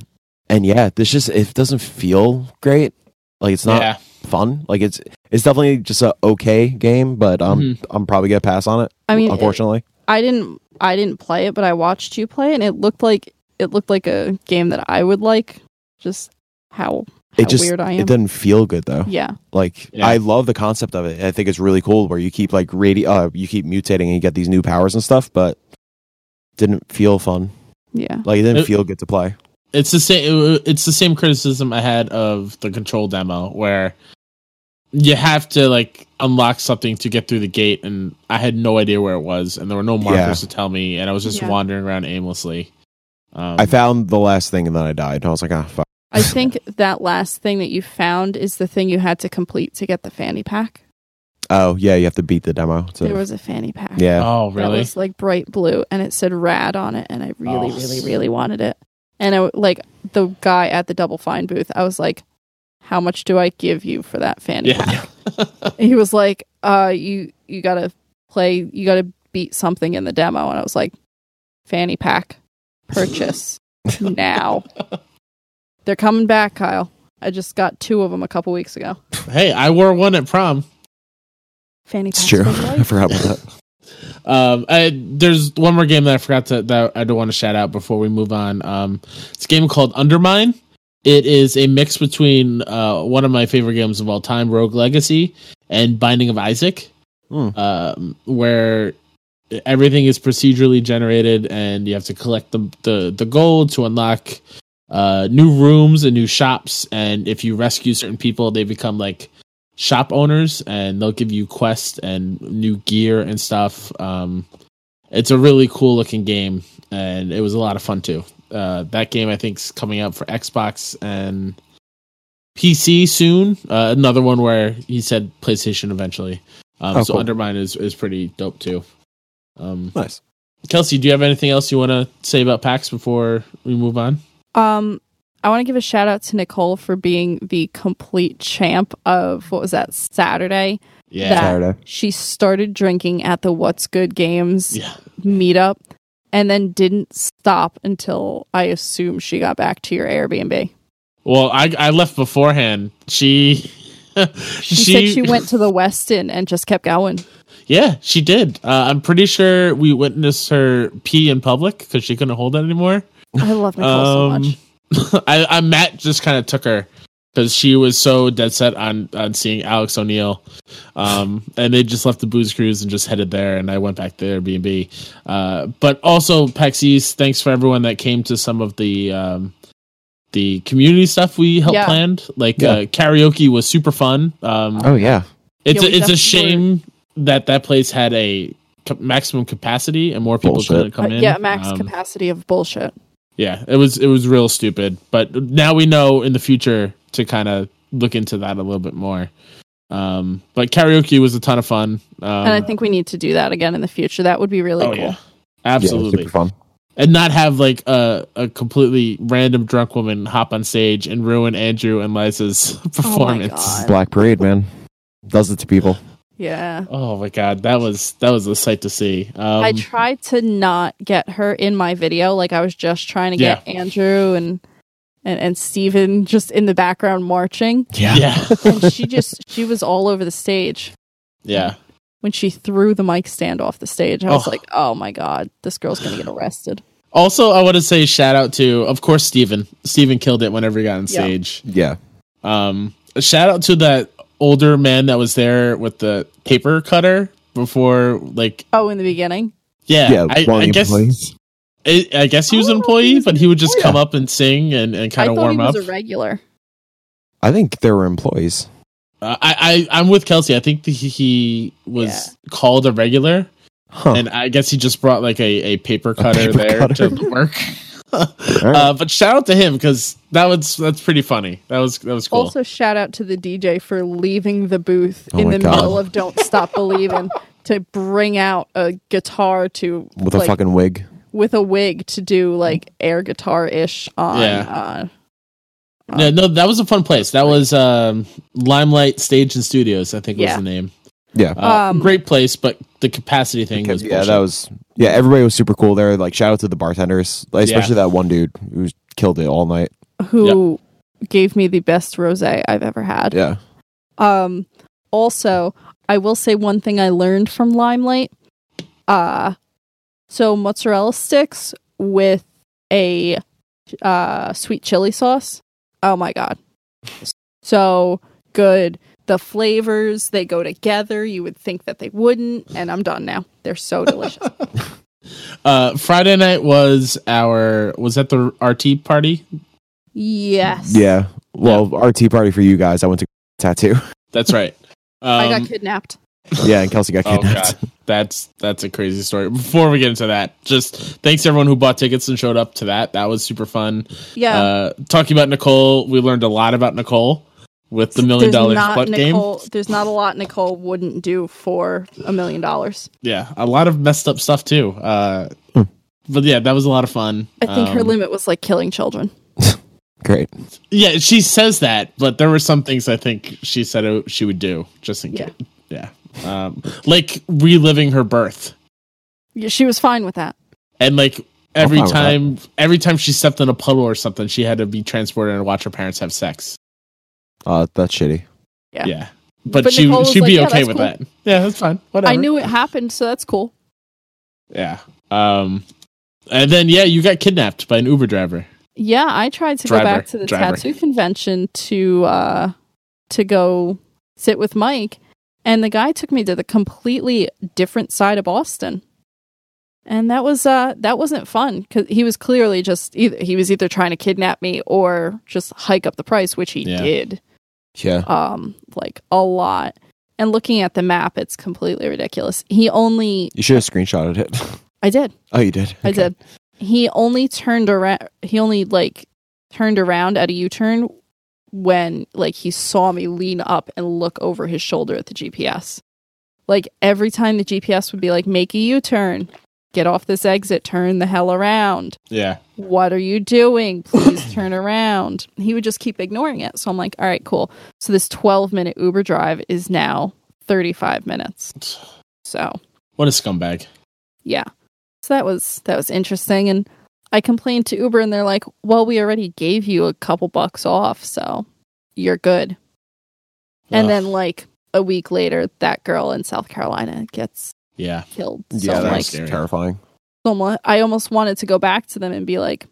Speaker 2: and yeah, this just it doesn't feel great. Like it's not
Speaker 1: yeah,
Speaker 2: fun. Like it's it's definitely just a okay game, but um,
Speaker 1: Mhm.
Speaker 2: I'm probably gonna pass on it.
Speaker 3: I mean,
Speaker 2: unfortunately,
Speaker 3: I didn't I didn't play it, but I watched you play, it, and it looked like it looked like a game that I would like. Just how how
Speaker 2: it just
Speaker 3: weird I am.
Speaker 2: it doesn't feel good though.
Speaker 3: yeah,
Speaker 2: Like
Speaker 1: Yeah.
Speaker 2: I love the concept of it. I think it's really cool where you keep like radio, uh, you keep mutating and you get these new powers and stuff, but didn't feel fun.
Speaker 3: yeah.
Speaker 2: Like it didn't
Speaker 1: It-
Speaker 2: feel good to play.
Speaker 1: it's the same. It's the same criticism I had of the control demo, where you have to like unlock something to get through the gate, and I had no idea where it was, and there were no markers to
Speaker 2: Yeah.
Speaker 1: tell me, and I was just
Speaker 3: Yeah.
Speaker 1: wandering around aimlessly. Um,
Speaker 2: I found the last thing and then I died. I was like, ah, fuck.
Speaker 3: I think that last thing that you found is the thing you had to complete to get the fanny pack.
Speaker 2: Oh yeah, you have to beat the demo. So,
Speaker 3: There was a fanny pack.
Speaker 2: yeah,
Speaker 1: Oh,
Speaker 3: That
Speaker 1: really?
Speaker 3: was like bright blue and it said rad on it and I really,
Speaker 1: Oh.
Speaker 3: really, really wanted it. And I w- like the guy at the Double Fine booth, I was like, How much do I give you for that fanny pack?
Speaker 1: yeah.
Speaker 3: And he was like, uh, you you gotta play you gotta beat something in the demo and I was like, Fanny pack. Purchase now. They're coming back, Kyle. I just got two of them a couple weeks ago.
Speaker 1: hey, I wore one at prom.
Speaker 3: Fanny
Speaker 2: it's true.
Speaker 3: pack.
Speaker 2: I forgot about that.
Speaker 1: Um, I, there's one more game that I forgot to that I do want to shout out before we move on. Um, it's a game called Undermine. It is a mix between uh, one of my favorite games of all time, Rogue Legacy, and Binding of Isaac,
Speaker 2: Hmm.
Speaker 1: um, where everything is procedurally generated and you have to collect the the, the gold to unlock uh, new rooms and new shops and if you rescue certain people they become like shop owners and they'll give you quests and new gear and stuff um, it's a really cool looking game and it was a lot of fun too uh, that game i think is coming out for xbox and pc soon uh, another one where he said playstation eventually um,
Speaker 2: Oh,
Speaker 1: so
Speaker 2: cool.
Speaker 1: undermine is, is pretty dope too um,
Speaker 2: Nice.
Speaker 1: Kelsey, do you have anything else you want to say about PAX before we move on?
Speaker 3: Um, I want to give a shout out to Nicole for being the complete champ of what was that Saturday? Yeah.
Speaker 2: Saturday.
Speaker 3: She started drinking at the What's Good Games
Speaker 1: Yeah.
Speaker 3: meetup and then didn't stop until I assume she got back to your Airbnb.
Speaker 1: Well, I I left beforehand. She she,
Speaker 3: She, said she went to the Westin and just kept going.
Speaker 1: Yeah, she did. Uh, I'm pretty sure we witnessed her pee in public because she couldn't hold it anymore.
Speaker 3: I love Nicole so much.
Speaker 1: Um, I, I Matt just kind of took her because she was so dead set on on seeing Alex O'Neill, um, and they just left the booze cruise and just headed there, and I went back to Airbnb. Uh, but also PAX East, thanks for everyone that came to some of the. Um, the community stuff we helped
Speaker 3: Yeah.
Speaker 1: planned, like
Speaker 2: Yeah.
Speaker 1: uh, karaoke, was super fun. Um,
Speaker 2: Oh yeah.
Speaker 1: it's
Speaker 3: Yeah,
Speaker 1: a,
Speaker 3: we
Speaker 1: it's a
Speaker 3: definitely
Speaker 1: shame that that place had a ca- maximum capacity and more people
Speaker 2: Bullshit.
Speaker 1: couldn't come
Speaker 3: Uh,
Speaker 1: in.
Speaker 3: yeah, max
Speaker 1: Um,
Speaker 3: capacity of bullshit.
Speaker 1: yeah it was it was real stupid but now we know in the future to kind of look into that a little bit more um but karaoke was a ton of fun um,
Speaker 3: and I think we need to do that again in the future. That would be really
Speaker 1: oh,
Speaker 3: cool.
Speaker 1: yeah. absolutely
Speaker 2: Yeah, super fun.
Speaker 1: and not have like a, a completely random drunk woman hop on stage and ruin andrew and liza's performance
Speaker 3: Oh God.
Speaker 2: Black Parade, man. Does it to people.
Speaker 3: Yeah.
Speaker 1: oh my god that was that was a sight to see um
Speaker 3: I tried to not get her in my video. Like I was just trying to get Andrew and and and Steven just in the background marching.
Speaker 1: yeah
Speaker 3: And she just she was all over the stage
Speaker 1: yeah
Speaker 3: when she threw the mic stand off the stage. I was
Speaker 1: Oh.
Speaker 3: like, "Oh my god, this girl's going to get arrested."
Speaker 1: Also, I want to say shout out to, of course, Steven. Steven killed it whenever he got on
Speaker 3: Yeah.
Speaker 1: stage.
Speaker 2: Yeah.
Speaker 1: Um, a shout out to that older man that was there with the paper cutter before, like,
Speaker 3: Oh, in the beginning.
Speaker 1: yeah,
Speaker 2: Yeah,
Speaker 1: I, I
Speaker 2: one of the
Speaker 1: guess.
Speaker 2: employees.
Speaker 1: I, I guess he was
Speaker 3: I
Speaker 1: an
Speaker 3: don't know if Oh, he
Speaker 1: employee,
Speaker 3: was
Speaker 1: but
Speaker 3: an
Speaker 1: he would just
Speaker 2: employee.
Speaker 1: come up and sing and, and kind
Speaker 3: I
Speaker 1: of
Speaker 3: thought
Speaker 1: warm
Speaker 3: he
Speaker 1: up.
Speaker 3: was a regular.
Speaker 2: I think there were employees.
Speaker 1: Uh, I, I I'm with Kelsey. I think that he, he was called a regular,
Speaker 2: Huh.
Speaker 1: and I guess he just brought like a, a paper cutter
Speaker 2: paper
Speaker 1: there
Speaker 2: cutter.
Speaker 1: to work.
Speaker 2: All right.
Speaker 1: uh, but shout out to him because that was that's pretty funny. That was that was cool.
Speaker 3: Also, shout out to the DJ for leaving the booth
Speaker 2: Oh
Speaker 3: in
Speaker 2: my
Speaker 3: the
Speaker 2: God.
Speaker 3: middle of "Don't Stop Believing" to bring out a guitar to
Speaker 2: With a
Speaker 3: like,
Speaker 2: fucking wig.
Speaker 3: with a wig to do like air guitar ish on.
Speaker 1: Mm. Yeah.
Speaker 3: Yeah. Uh,
Speaker 1: Yeah, no, that was a fun place. That was um, Limelight Stage and Studios, I think was
Speaker 3: Yeah.
Speaker 1: the name.
Speaker 2: Yeah.
Speaker 1: Uh,
Speaker 3: Um,
Speaker 1: great place, but the capacity thing was
Speaker 2: yeah,
Speaker 1: bullshit.
Speaker 2: that was yeah. Everybody was super cool there. Like shout out to the bartenders, like,
Speaker 1: Yeah.
Speaker 2: especially that one dude who killed it all night.
Speaker 3: uh, who gave me the best rose I've ever had.
Speaker 2: Yeah,
Speaker 3: Um, also, I will say one thing I learned from Limelight. Uh, so mozzarella sticks with a uh, sweet chili sauce. Oh my god, so good. The flavors they go together. You would think that they wouldn't, and I'm done now. They're so delicious.
Speaker 1: Uh, Friday night was our was that the RT party?
Speaker 3: yes.
Speaker 2: yeah. Well, RT party for you guys. I went to tattoo.
Speaker 1: That's right. Um,
Speaker 3: I got kidnapped.
Speaker 2: yeah, and Kelsey got
Speaker 1: Oh
Speaker 2: kidnapped.
Speaker 1: god, that's that's a crazy story. Before we get into that, just thanks to everyone who bought tickets and showed up to that. That was super fun.
Speaker 3: Yeah.
Speaker 1: Uh, talking about Nicole, we learned a lot about Nicole with the million
Speaker 3: There's
Speaker 1: dollar
Speaker 3: not
Speaker 1: butt game.
Speaker 3: Nicole, There's not a lot Nicole wouldn't do for a million dollars.
Speaker 1: yeah a lot of messed up stuff too uh but yeah that was a lot of fun
Speaker 3: I think her
Speaker 1: Um,
Speaker 3: limit was like killing children.
Speaker 2: Great.
Speaker 1: yeah she says that but there were some things i think she said it- she would do just in
Speaker 3: Yeah.
Speaker 1: case yeah um like reliving her birth
Speaker 3: Yeah, she was fine with that.
Speaker 1: and like every
Speaker 2: fine with that.
Speaker 1: time every time she stepped in a puddle or something she had to be transported and watch her parents have sex
Speaker 2: Uh, that's shitty.
Speaker 3: Yeah.
Speaker 1: yeah, but,
Speaker 3: But
Speaker 1: she
Speaker 3: Nicole was
Speaker 1: she'd
Speaker 3: like,
Speaker 1: be
Speaker 3: "Yeah,
Speaker 1: okay
Speaker 3: that's
Speaker 1: with
Speaker 3: cool."
Speaker 1: that yeah that's fine whatever
Speaker 3: I knew it happened, so that's cool.
Speaker 1: yeah um and then yeah you got kidnapped by an uber driver
Speaker 3: Yeah, I tried to
Speaker 1: Driver,
Speaker 3: go back to the
Speaker 1: driver.
Speaker 3: tattoo convention to uh to go sit with Mike, and the guy took me to the completely different side of Boston. and that was uh that wasn't fun because he was clearly just either he was either trying to kidnap me or just hike up the price which he
Speaker 1: Yeah.
Speaker 3: did
Speaker 2: Yeah.
Speaker 3: um like a lot and looking at the map it's completely ridiculous he only
Speaker 2: You should have screenshotted it.
Speaker 3: i did
Speaker 2: oh, you did.
Speaker 3: i
Speaker 2: Okay.
Speaker 3: did he only turned around he only like turned around at a u-turn when like he saw me lean up and look over his shoulder at the gps like every time the gps would be like make a u-turn get off this exit turn the hell around
Speaker 1: Yeah.
Speaker 3: what are you doing? Please turn around. He would just keep ignoring it. So I'm like, all right, cool. So this 12 minute Uber drive is now 35 minutes. So
Speaker 1: What a scumbag.
Speaker 3: yeah. So that was that was interesting. And I complained to Uber and they're like, well, we already gave you a couple bucks off, so you're good. And
Speaker 1: Ugh.
Speaker 3: then like a week later, that girl in South Carolina gets
Speaker 1: yeah.
Speaker 3: killed.
Speaker 2: Yeah,
Speaker 3: so
Speaker 1: that
Speaker 3: I'm like,
Speaker 2: that's
Speaker 1: was scary.
Speaker 2: terrifying.
Speaker 3: almo- I almost wanted to go back to them and be like,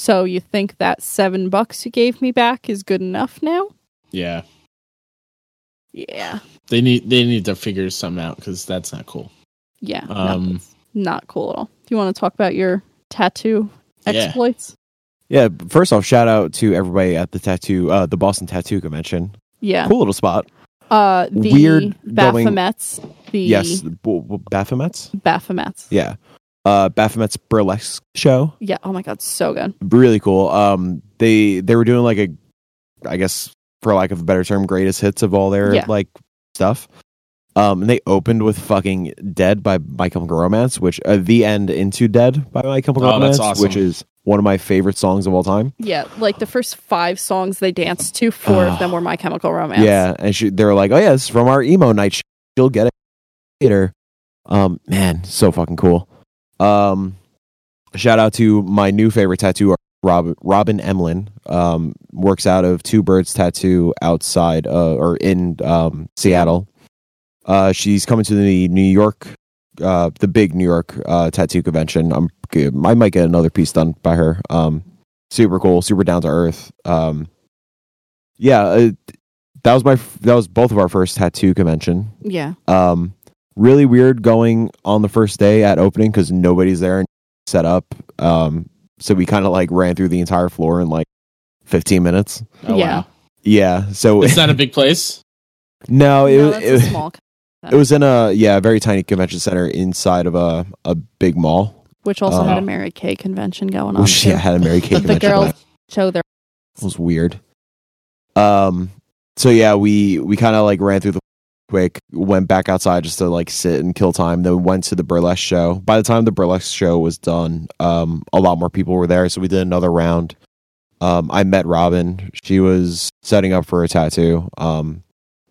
Speaker 3: "So you think that seven bucks you gave me back is good enough now?"
Speaker 1: Yeah.
Speaker 3: Yeah,
Speaker 1: They need they need to figure something out because that's not cool.
Speaker 3: yeah, no,
Speaker 1: Um,
Speaker 3: not cool at all. Do you want to talk about your tattoo
Speaker 1: Yeah.
Speaker 3: exploits?
Speaker 2: Yeah. First off, shout out to everybody at the tattoo, uh, the Boston Tattoo Convention.
Speaker 3: Yeah,
Speaker 2: Cool little spot.
Speaker 3: uh, the
Speaker 2: Weird going-
Speaker 3: Baphomets, the
Speaker 2: Yes. B- B- Baphomet's.
Speaker 3: Baphomets.
Speaker 2: Yeah. Uh, Baphomet's burlesque show.
Speaker 3: Yeah. Oh my god, so good.
Speaker 2: really cool. Um, they they were doing like a, I guess for lack of a better term, greatest hits of all their
Speaker 3: Yeah.
Speaker 2: like stuff. Um, and they opened with fucking "Dead" by My Chemical Romance, which uh, the end into "Dead" by My Chemical
Speaker 1: Oh, that's
Speaker 2: Romance,
Speaker 1: awesome.
Speaker 2: which is one of my favorite songs of all time.
Speaker 3: Yeah, like the first five songs they danced to, four
Speaker 2: Ah.
Speaker 3: of them were My Chemical Romance.
Speaker 2: Yeah, and she, they were like, "Oh yeah, this is from our emo night. She'll get it later." Um, man, so fucking cool. Um, shout out to my new favorite tattoo artist, Rob, Robin Emlyn. Um, works out of Two Birds Tattoo outside uh, or in um, Seattle. Uh, she's coming to the New York, uh, the big New York uh, tattoo convention. I'm, I might get another piece done by her. Um, super cool, super down to earth. Um, yeah, uh, that was my f- that was both of our first tattoo convention.
Speaker 3: yeah,
Speaker 2: Um, really weird going on the first day at opening because nobody's there and set up. Um, so we kind of like ran through the entire floor in like 15 minutes.
Speaker 1: oh,
Speaker 3: Yeah.
Speaker 1: Wow.
Speaker 2: Yeah. So
Speaker 1: It's not a big place.
Speaker 2: no, Oh, it,
Speaker 3: No, that's a
Speaker 2: it,
Speaker 3: small,
Speaker 2: it was in a yeah a very tiny convention center inside of a a big mall.
Speaker 3: which also
Speaker 2: Oh.
Speaker 3: had a Mary Kay convention going on.
Speaker 2: Which
Speaker 3: too.
Speaker 2: yeah, had a Mary Oh, Kay
Speaker 3: But the
Speaker 2: convention.
Speaker 3: girls
Speaker 2: but
Speaker 3: show their
Speaker 2: It was weird. Um. So yeah, we we kind of like ran through the quick, went back outside just to like sit and kill time. Then went to the burlesque show. By the time the burlesque show was done, um, a lot more people were there, so we did another round. Um, I met Robin. She was setting up for a tattoo. Um,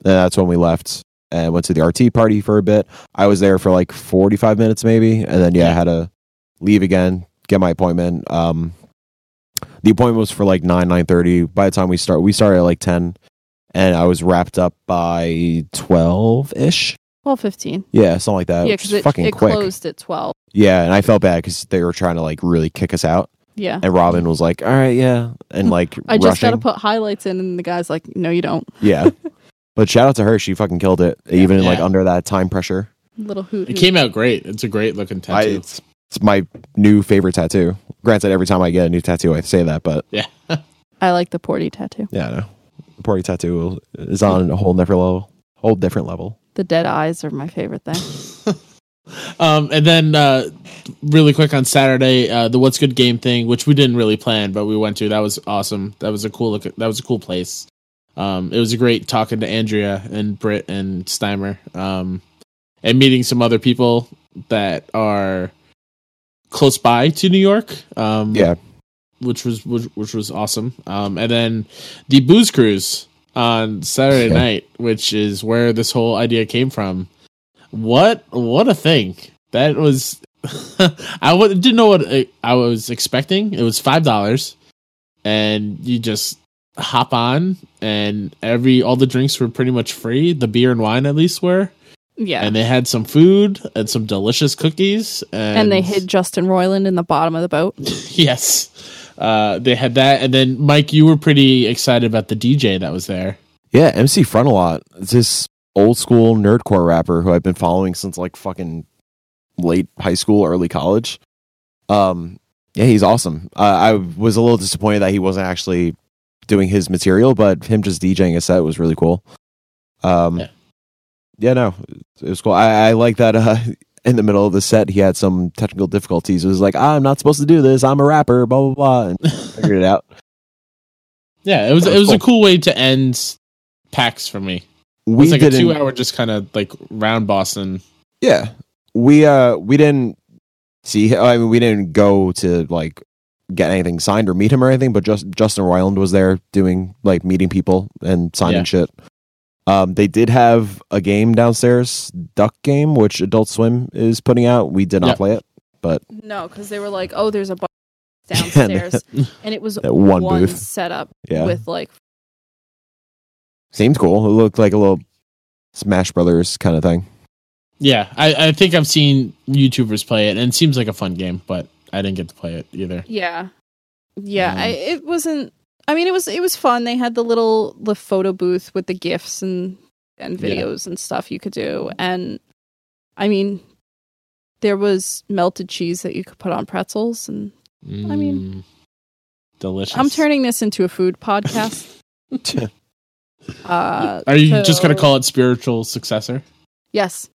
Speaker 2: and that's when we left and went to the RT party for a bit. I was there for like forty five minutes maybe, and then yeah, I had to leave again, get my appointment. Um, the appointment was for like nine nine thirty. By the time we start, we started at like ten, and I was wrapped up by twelve ish.
Speaker 3: Well, 15.
Speaker 2: Yeah, something like that.
Speaker 3: yeah,
Speaker 2: which
Speaker 3: because
Speaker 2: is
Speaker 3: it,
Speaker 2: Oh, fucking
Speaker 3: it
Speaker 2: quick.
Speaker 3: closed at 12.
Speaker 2: Yeah, and I felt bad because they were trying to like really kick us out,
Speaker 3: Yeah.
Speaker 2: and Robin was like, "All right, yeah," and like
Speaker 3: I just got
Speaker 2: rushing.
Speaker 3: to put highlights in, and the guy's like, no, you don't.
Speaker 2: yeah, but shout out to her. She fucking killed it, even like
Speaker 1: Yeah.
Speaker 2: under that time pressure.
Speaker 3: Little hoot.
Speaker 1: It
Speaker 3: hoot.
Speaker 1: came out great. It's a great looking
Speaker 2: I,
Speaker 1: tattoo.
Speaker 2: it's it's my new favorite tattoo. Granted, every time I get a new tattoo, I say that, but
Speaker 1: yeah.
Speaker 3: I like the Porty tattoo.
Speaker 2: yeah, no. The Porty tattoo is on a whole different level. Whole different level.
Speaker 3: The dead eyes are my favorite thing.
Speaker 1: Um, and then uh, really quick on Saturday, uh, the What's Good game thing, which we didn't really plan, but we went to. That was awesome. That was a cool look. That was a cool place. Um, it was great talking to Andrea and Britt and Steimer, um, and meeting some other people that are close by to New York. Um,
Speaker 2: Yeah.
Speaker 1: which was which, which was awesome. Um, and then the booze cruise on Saturday
Speaker 2: Yeah.
Speaker 1: night, which is where this whole idea came from. What what a thing that was! I w- didn't know what I- I was expecting. It was five dollars, and you just hop on, and every all the drinks were pretty much free. The beer and wine at least were,
Speaker 3: Yeah.
Speaker 1: and
Speaker 3: And,
Speaker 1: they had some food and some delicious cookies, and,
Speaker 3: they hid Justin Roiland in the bottom of the boat.
Speaker 1: Yes. Uh, they had that. And then, Mike, you were pretty excited about the DJ that was there.
Speaker 2: Yeah, MC Frontalot. It's this old school nerdcore rapper who I've been following since like fucking late high school, early college. Um, yeah, he's awesome. Uh, I was a little disappointed that he wasn't actually doing his material, but him just DJing a set was really cool. Um,
Speaker 1: Yeah.
Speaker 2: yeah. no, it was cool. I, I like that. Uh, in the middle of the set, he had some technical difficulties. It was like, I'm not supposed to do this. I'm a rapper. Blah blah blah. And figured it out.
Speaker 1: yeah, it was
Speaker 2: That
Speaker 1: it
Speaker 2: was
Speaker 1: was a cool way to end PAX for me. It
Speaker 2: We
Speaker 1: was like a
Speaker 2: didn't.
Speaker 1: two hour just kind of like round Boston.
Speaker 2: Yeah. We uh we didn't see I mean we didn't go to like get anything signed or meet him or anything, but just Justin Roiland was there doing like meeting people and signing
Speaker 1: Yeah.
Speaker 2: shit. Um they did have a game downstairs, Duck Game, which Adult Swim is putting out. We did
Speaker 1: Yeah.
Speaker 2: not play it.
Speaker 3: No, because they were like, oh, there's a bar
Speaker 2: Yeah,
Speaker 3: downstairs, and it was
Speaker 2: That one booth.
Speaker 3: setup
Speaker 2: Yeah.
Speaker 3: with like
Speaker 2: Seemed cool. It looked like a little Smash Brothers kind of thing.
Speaker 1: Yeah, I, I think I've seen YouTubers play it, and it seems like a fun game, but I didn't get to play it either.
Speaker 3: Yeah. Yeah,
Speaker 1: Um,
Speaker 3: I, it wasn't I mean it was it was fun. They had the little the photo booth with the gifs and and
Speaker 1: Yeah.
Speaker 3: videos and stuff you could do and I mean there was melted cheese that you could put on pretzels and mean-
Speaker 1: Mm. delicious.
Speaker 3: I'm turning this into a food podcast. uh
Speaker 1: Are you just gonna
Speaker 3: so-
Speaker 1: call it spiritual successor?
Speaker 3: Yes.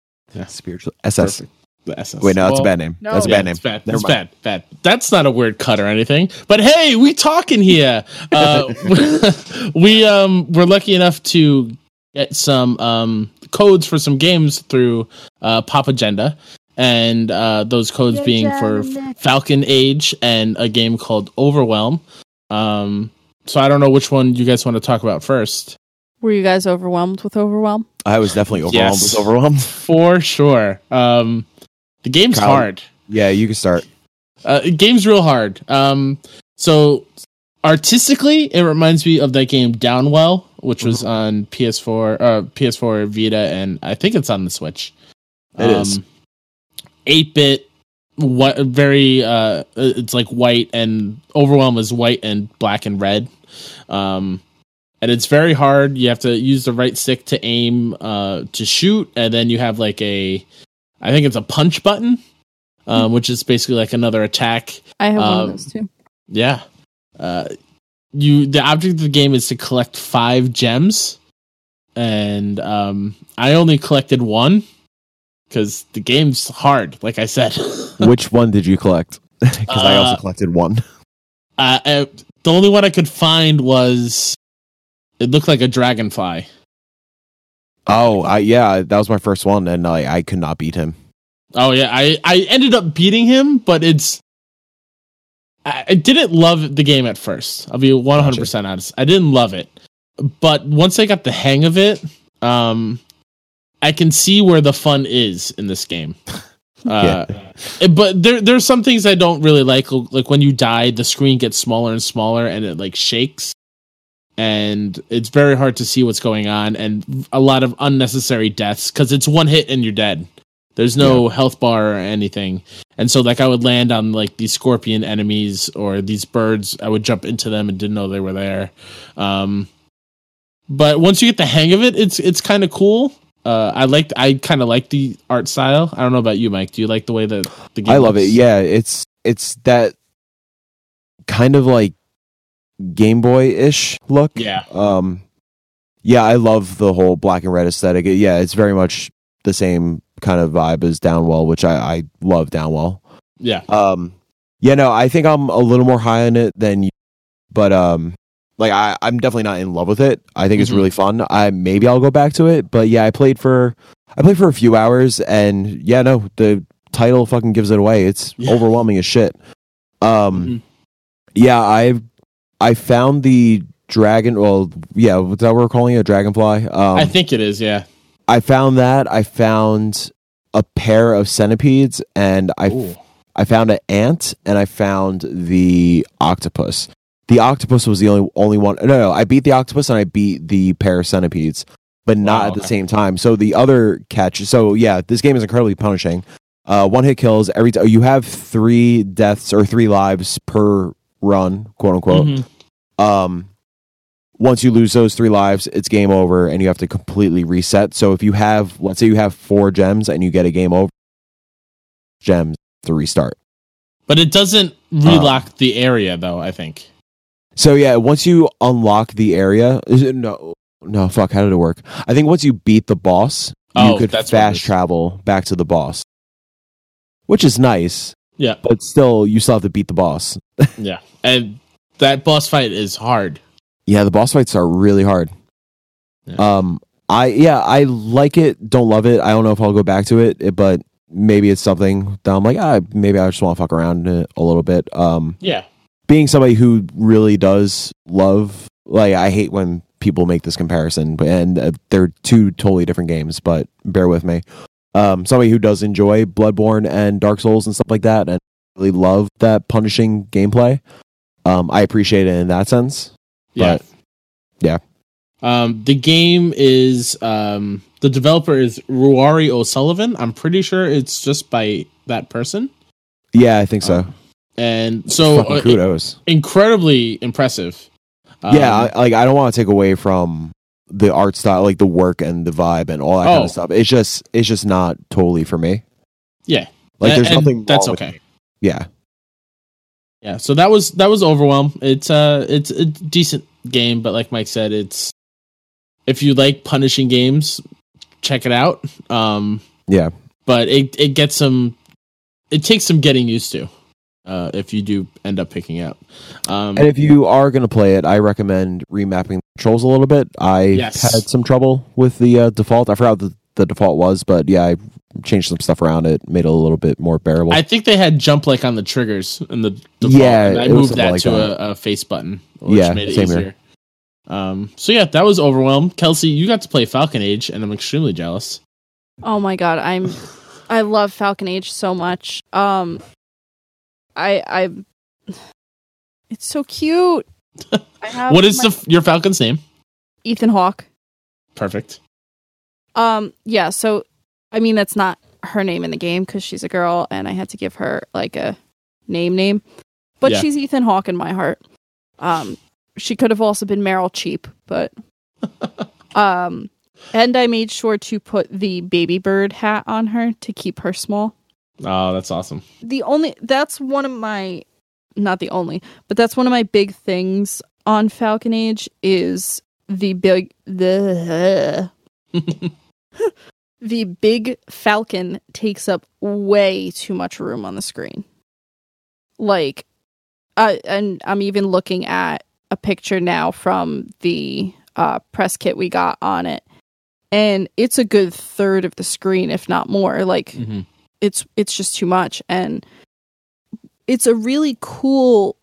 Speaker 2: Spiritual SS.
Speaker 1: Perfect. The SS.
Speaker 2: Wait, no, that's
Speaker 1: Well,
Speaker 2: a bad name.
Speaker 3: No.
Speaker 2: That's a
Speaker 1: Oh, yeah,
Speaker 2: bad name.
Speaker 1: It's bad.
Speaker 2: Never
Speaker 1: it's
Speaker 2: mind.
Speaker 1: bad. Bad. That's not a word cut or anything. But hey, we talking here. Uh, we um were lucky enough to get some um codes for some games through uh, Pop Agenda, and uh, those codes being for Falcon Age and a game called Overwhelm. Um, so I don't know which one you guys want to talk about first.
Speaker 3: Were you guys overwhelmed with overwhelm?
Speaker 2: I was definitely overwhelmed.
Speaker 1: Yes.
Speaker 2: was overwhelmed.
Speaker 1: For sure. Um, the game's
Speaker 2: Kyle,
Speaker 1: hard.
Speaker 2: Yeah, you can start.
Speaker 1: Uh, game's real hard. Um, so artistically, it reminds me of that game Downwell, which
Speaker 2: Mm-hmm.
Speaker 1: was on PS4, uh, PS4 Vita, and I think it's on the Switch. Um,
Speaker 2: It is.
Speaker 1: eight bit. What very uh, it's like white and overwhelm is white and black and red. Um, and it's very hard. You have to use the right stick to aim uh, to shoot, and then you have like a, I think it's a punch button, um, which is basically like another attack.
Speaker 3: I have one of
Speaker 1: Um,
Speaker 3: those too.
Speaker 1: Yeah, uh, you. The object of the game is to collect five gems, and um, I only collected one because the game's hard. Like I said,
Speaker 2: Which one did you collect? Because I
Speaker 1: Uh,
Speaker 2: also collected one.
Speaker 1: uh, I, the only one I could find was it looked like a dragonfly.
Speaker 2: Oh, I, yeah, that was my first one, and I, I could not beat him.
Speaker 1: Oh yeah, I I ended up beating him, but it's I, I didn't love the game at first. I'll be one hundred percent honest. I didn't love it, but once I got the hang of it, um, I can see where the fun is in this game. Uh, But there there's some things I don't really like. Like when you die, the screen gets smaller and smaller, and it like shakes. And it's very hard to see what's going on, and a lot of unnecessary deaths because it's one hit and you're dead. There's no health bar or anything. And so like I would land on like these scorpion enemies or these birds. I would jump into them and didn't know they were there. Um but once you get the hang of it, it's it's kind of cool. Uh I liked I kind of like the art style. I don't know about you, Mike. Do you like the way that the game
Speaker 2: I love it.
Speaker 1: looks?
Speaker 2: Yeah, it's it's that kind of like Game Boy ish look.
Speaker 1: Yeah.
Speaker 2: Um, yeah, I love the whole black and red aesthetic. Yeah, it's very much the same kind of vibe as Downwell, which I, I love Downwell.
Speaker 1: Yeah.
Speaker 2: Um, yeah, no, I think I'm a little more high on it than you, but um, like I, I'm definitely not in love with it. I think it's
Speaker 1: Mhm.
Speaker 2: really fun. I maybe I'll go back to it, but yeah, I played for, I played for a few hours, and yeah, no, the title fucking gives it away. It's
Speaker 1: Yeah.
Speaker 2: overwhelming as shit. Um,
Speaker 1: Mhm.
Speaker 2: yeah, I, I found the dragon. Well, yeah, what's that we're calling it? Dragonfly. Um,
Speaker 1: I think it is, yeah.
Speaker 2: I found that. I found a pair of centipedes, and I
Speaker 1: Ooh.
Speaker 2: I found an ant and I found the octopus. The octopus was the only only one. No, no, I beat the octopus and I beat the pair of centipedes, but not
Speaker 1: Wow,
Speaker 2: at the
Speaker 1: okay.
Speaker 2: same time. So the other catch. So yeah, this game is incredibly punishing. Uh, one hit kills every time. You have three deaths or three lives per run, quote unquote.
Speaker 1: Mhm.
Speaker 2: Um, once you lose those three lives, it's game over and you have to completely reset. So if you have, let's say you have four gems and you get a game over, gems to restart.
Speaker 1: But it doesn't
Speaker 2: Oh.
Speaker 1: relock the area though, I think.
Speaker 2: So yeah, once you unlock the area, is it- no, no, fuck, how did it work? I think once you beat the boss,
Speaker 1: Oh,
Speaker 2: you could
Speaker 1: that's what it
Speaker 2: fast
Speaker 1: is.
Speaker 2: travel back to the boss, which is nice.
Speaker 1: Yeah.
Speaker 2: but still, you still have to beat the boss.
Speaker 1: Yeah. And that boss fight is hard.
Speaker 2: Yeah, the boss fights are really hard.
Speaker 1: Yeah.
Speaker 2: Um, I yeah, I like it. Don't love it. I don't know if I'll go back to it, it- but maybe it's something that I'm like, ah, maybe I just want to fuck around in it a little bit. Um,
Speaker 1: Yeah.
Speaker 2: being somebody who really does love, like, I hate when people make this comparison, but and uh, they're two totally different games. But bear with me. Um, somebody who does enjoy Bloodborne and Dark Souls and stuff like that, and really love that punishing gameplay. Um, I appreciate it in that sense.
Speaker 1: Yeah.
Speaker 2: But- yeah.
Speaker 1: Um, the game is um, the developer is Ruari O'Sullivan. I'm pretty sure it's just by that person.
Speaker 2: Yeah, I think so.
Speaker 1: And Uh, so
Speaker 2: Fucking
Speaker 1: uh,
Speaker 2: kudos.
Speaker 1: incredibly impressive. Um,
Speaker 2: yeah, I, like I don't want to take away from the art style, like the work and the vibe and all that kind
Speaker 1: Oh.
Speaker 2: of stuff. It's just it's just not totally for me.
Speaker 1: Yeah.
Speaker 2: Like
Speaker 1: a-
Speaker 2: there's
Speaker 1: and
Speaker 2: nothing
Speaker 1: That's
Speaker 2: wrong with
Speaker 1: okay.
Speaker 2: it. Yeah.
Speaker 1: Yeah, so that was that was overwhelm. It's uh it's a decent game, but like Mike said, it's if you like punishing games, check it out. Um
Speaker 2: Yeah.
Speaker 1: But it it gets some it takes some getting used to. Uh if you do end up picking it up. Um
Speaker 2: And if you are gonna play it, I recommend remapping the controls a little bit. I
Speaker 1: Yes.
Speaker 2: had some trouble with the uh, default. I forgot what the, the default was, but yeah, I changed some stuff around it, made it a little bit more bearable.
Speaker 1: I think they had jump like on the triggers and the default,
Speaker 2: Yeah,
Speaker 1: and I
Speaker 2: it was
Speaker 1: moved
Speaker 2: something
Speaker 1: that
Speaker 2: like
Speaker 1: to
Speaker 2: that.
Speaker 1: A, a face button, which
Speaker 2: Yeah,
Speaker 1: made it
Speaker 2: same here.
Speaker 1: easier. Um so yeah, that was overwhelm. Kelsey, you got to play Falcon Age and I'm extremely jealous.
Speaker 3: Oh my god, I'm I love Falcon Age so much. Um I I It's so cute. I have
Speaker 1: what is
Speaker 3: my-
Speaker 1: the f- your Falcon's name?
Speaker 3: Ethan Hawke?
Speaker 1: Perfect.
Speaker 3: Um yeah, so I mean that's not her name in the game cuz she's a girl and I had to give her like a name name. But
Speaker 1: Yeah.
Speaker 3: she's Ethan Hawke in my heart. Um she could have also been Meryl Cheap, but um and I made sure to put the baby bird hat on her to keep her small.
Speaker 1: Oh, that's awesome.
Speaker 3: the only that's one of my not the only but that's one of my big things on falcon age is the big the
Speaker 1: Mm-hmm.
Speaker 3: the big falcon takes up way too much room on the screen like uh, and i'm even looking at a picture now from the uh, press kit we got on it and it's a good third of the screen if not more like
Speaker 1: hmm
Speaker 3: it's it's just too much and it's a really cool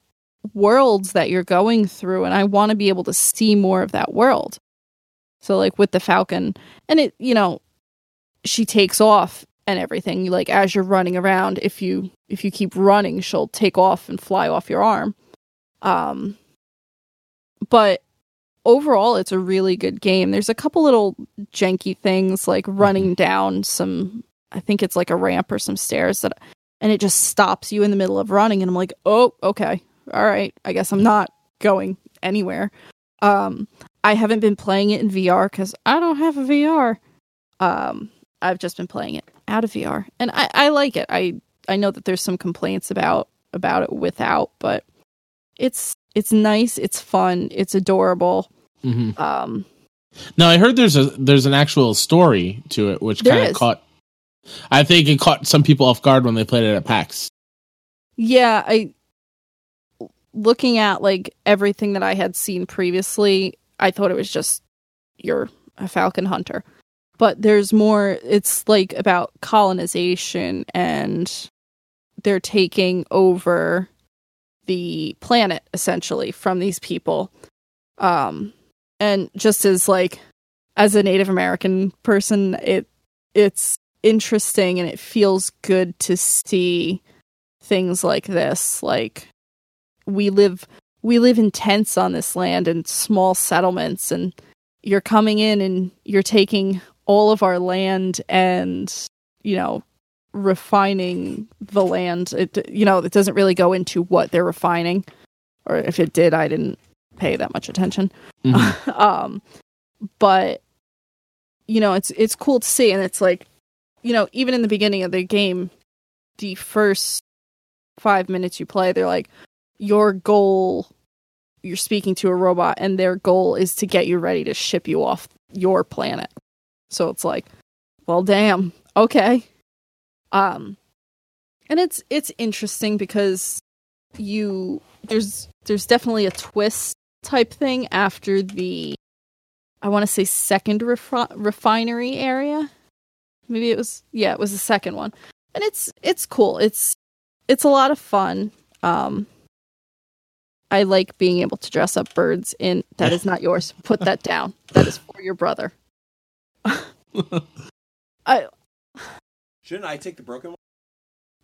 Speaker 3: worlds that you're going through and I want to be able to see more of that world. So like with the falcon and it you know she takes off and everything You, like as you're running around if you if you keep running she'll take off and fly off your arm. Um but overall it's a really good game. There's a couple little janky things like running down some I think it's like a ramp or some stairs that and it just stops you in the middle of running and I'm like, "Oh, okay. All right. I guess I'm not going anywhere." Um I haven't been playing it in VR cuz I don't have a VR. Um I've just been playing it out of VR and I I like it. I I know that there's some complaints about about it without, but it's it's nice, it's fun, it's adorable.
Speaker 1: hmm
Speaker 3: Um
Speaker 1: Now I heard there's a there's an actual story to it, which
Speaker 3: There
Speaker 1: kind of
Speaker 3: is.
Speaker 1: caught. I think it caught some people off guard when they played it at PAX.
Speaker 3: Yeah, I looking at like everything that I had seen previously, I thought it was just you're a falcon hunter. But there's more it's like about colonization and they're taking over the planet essentially from these people. Um and just as like as a Native American person, it it's interesting and it feels good to see things like this like we live we live in tents on this land and small settlements and you're coming in and you're taking all of our land and you know refining the land it you know it doesn't really go into what they're refining or if it did i didn't pay that much attention
Speaker 1: Mhm.
Speaker 3: um but you know it's it's cool to see and it's like you know even in the beginning of the game the first five minutes you play, they're like, your goal, you're speaking to a robot, and their goal is to get you ready to ship you off your planet. So it's like, well, damn, okay. Um, and it's it's interesting because you there's there's definitely a twist type thing after the I want to say second refi- refinery area. Maybe it was yeah, it was the second one. And it's it's cool. It's it's a lot of fun. Um I like being able to dress up birds in that is not yours. Put that down. That is for your brother. I
Speaker 2: Shouldn't I take the broken one?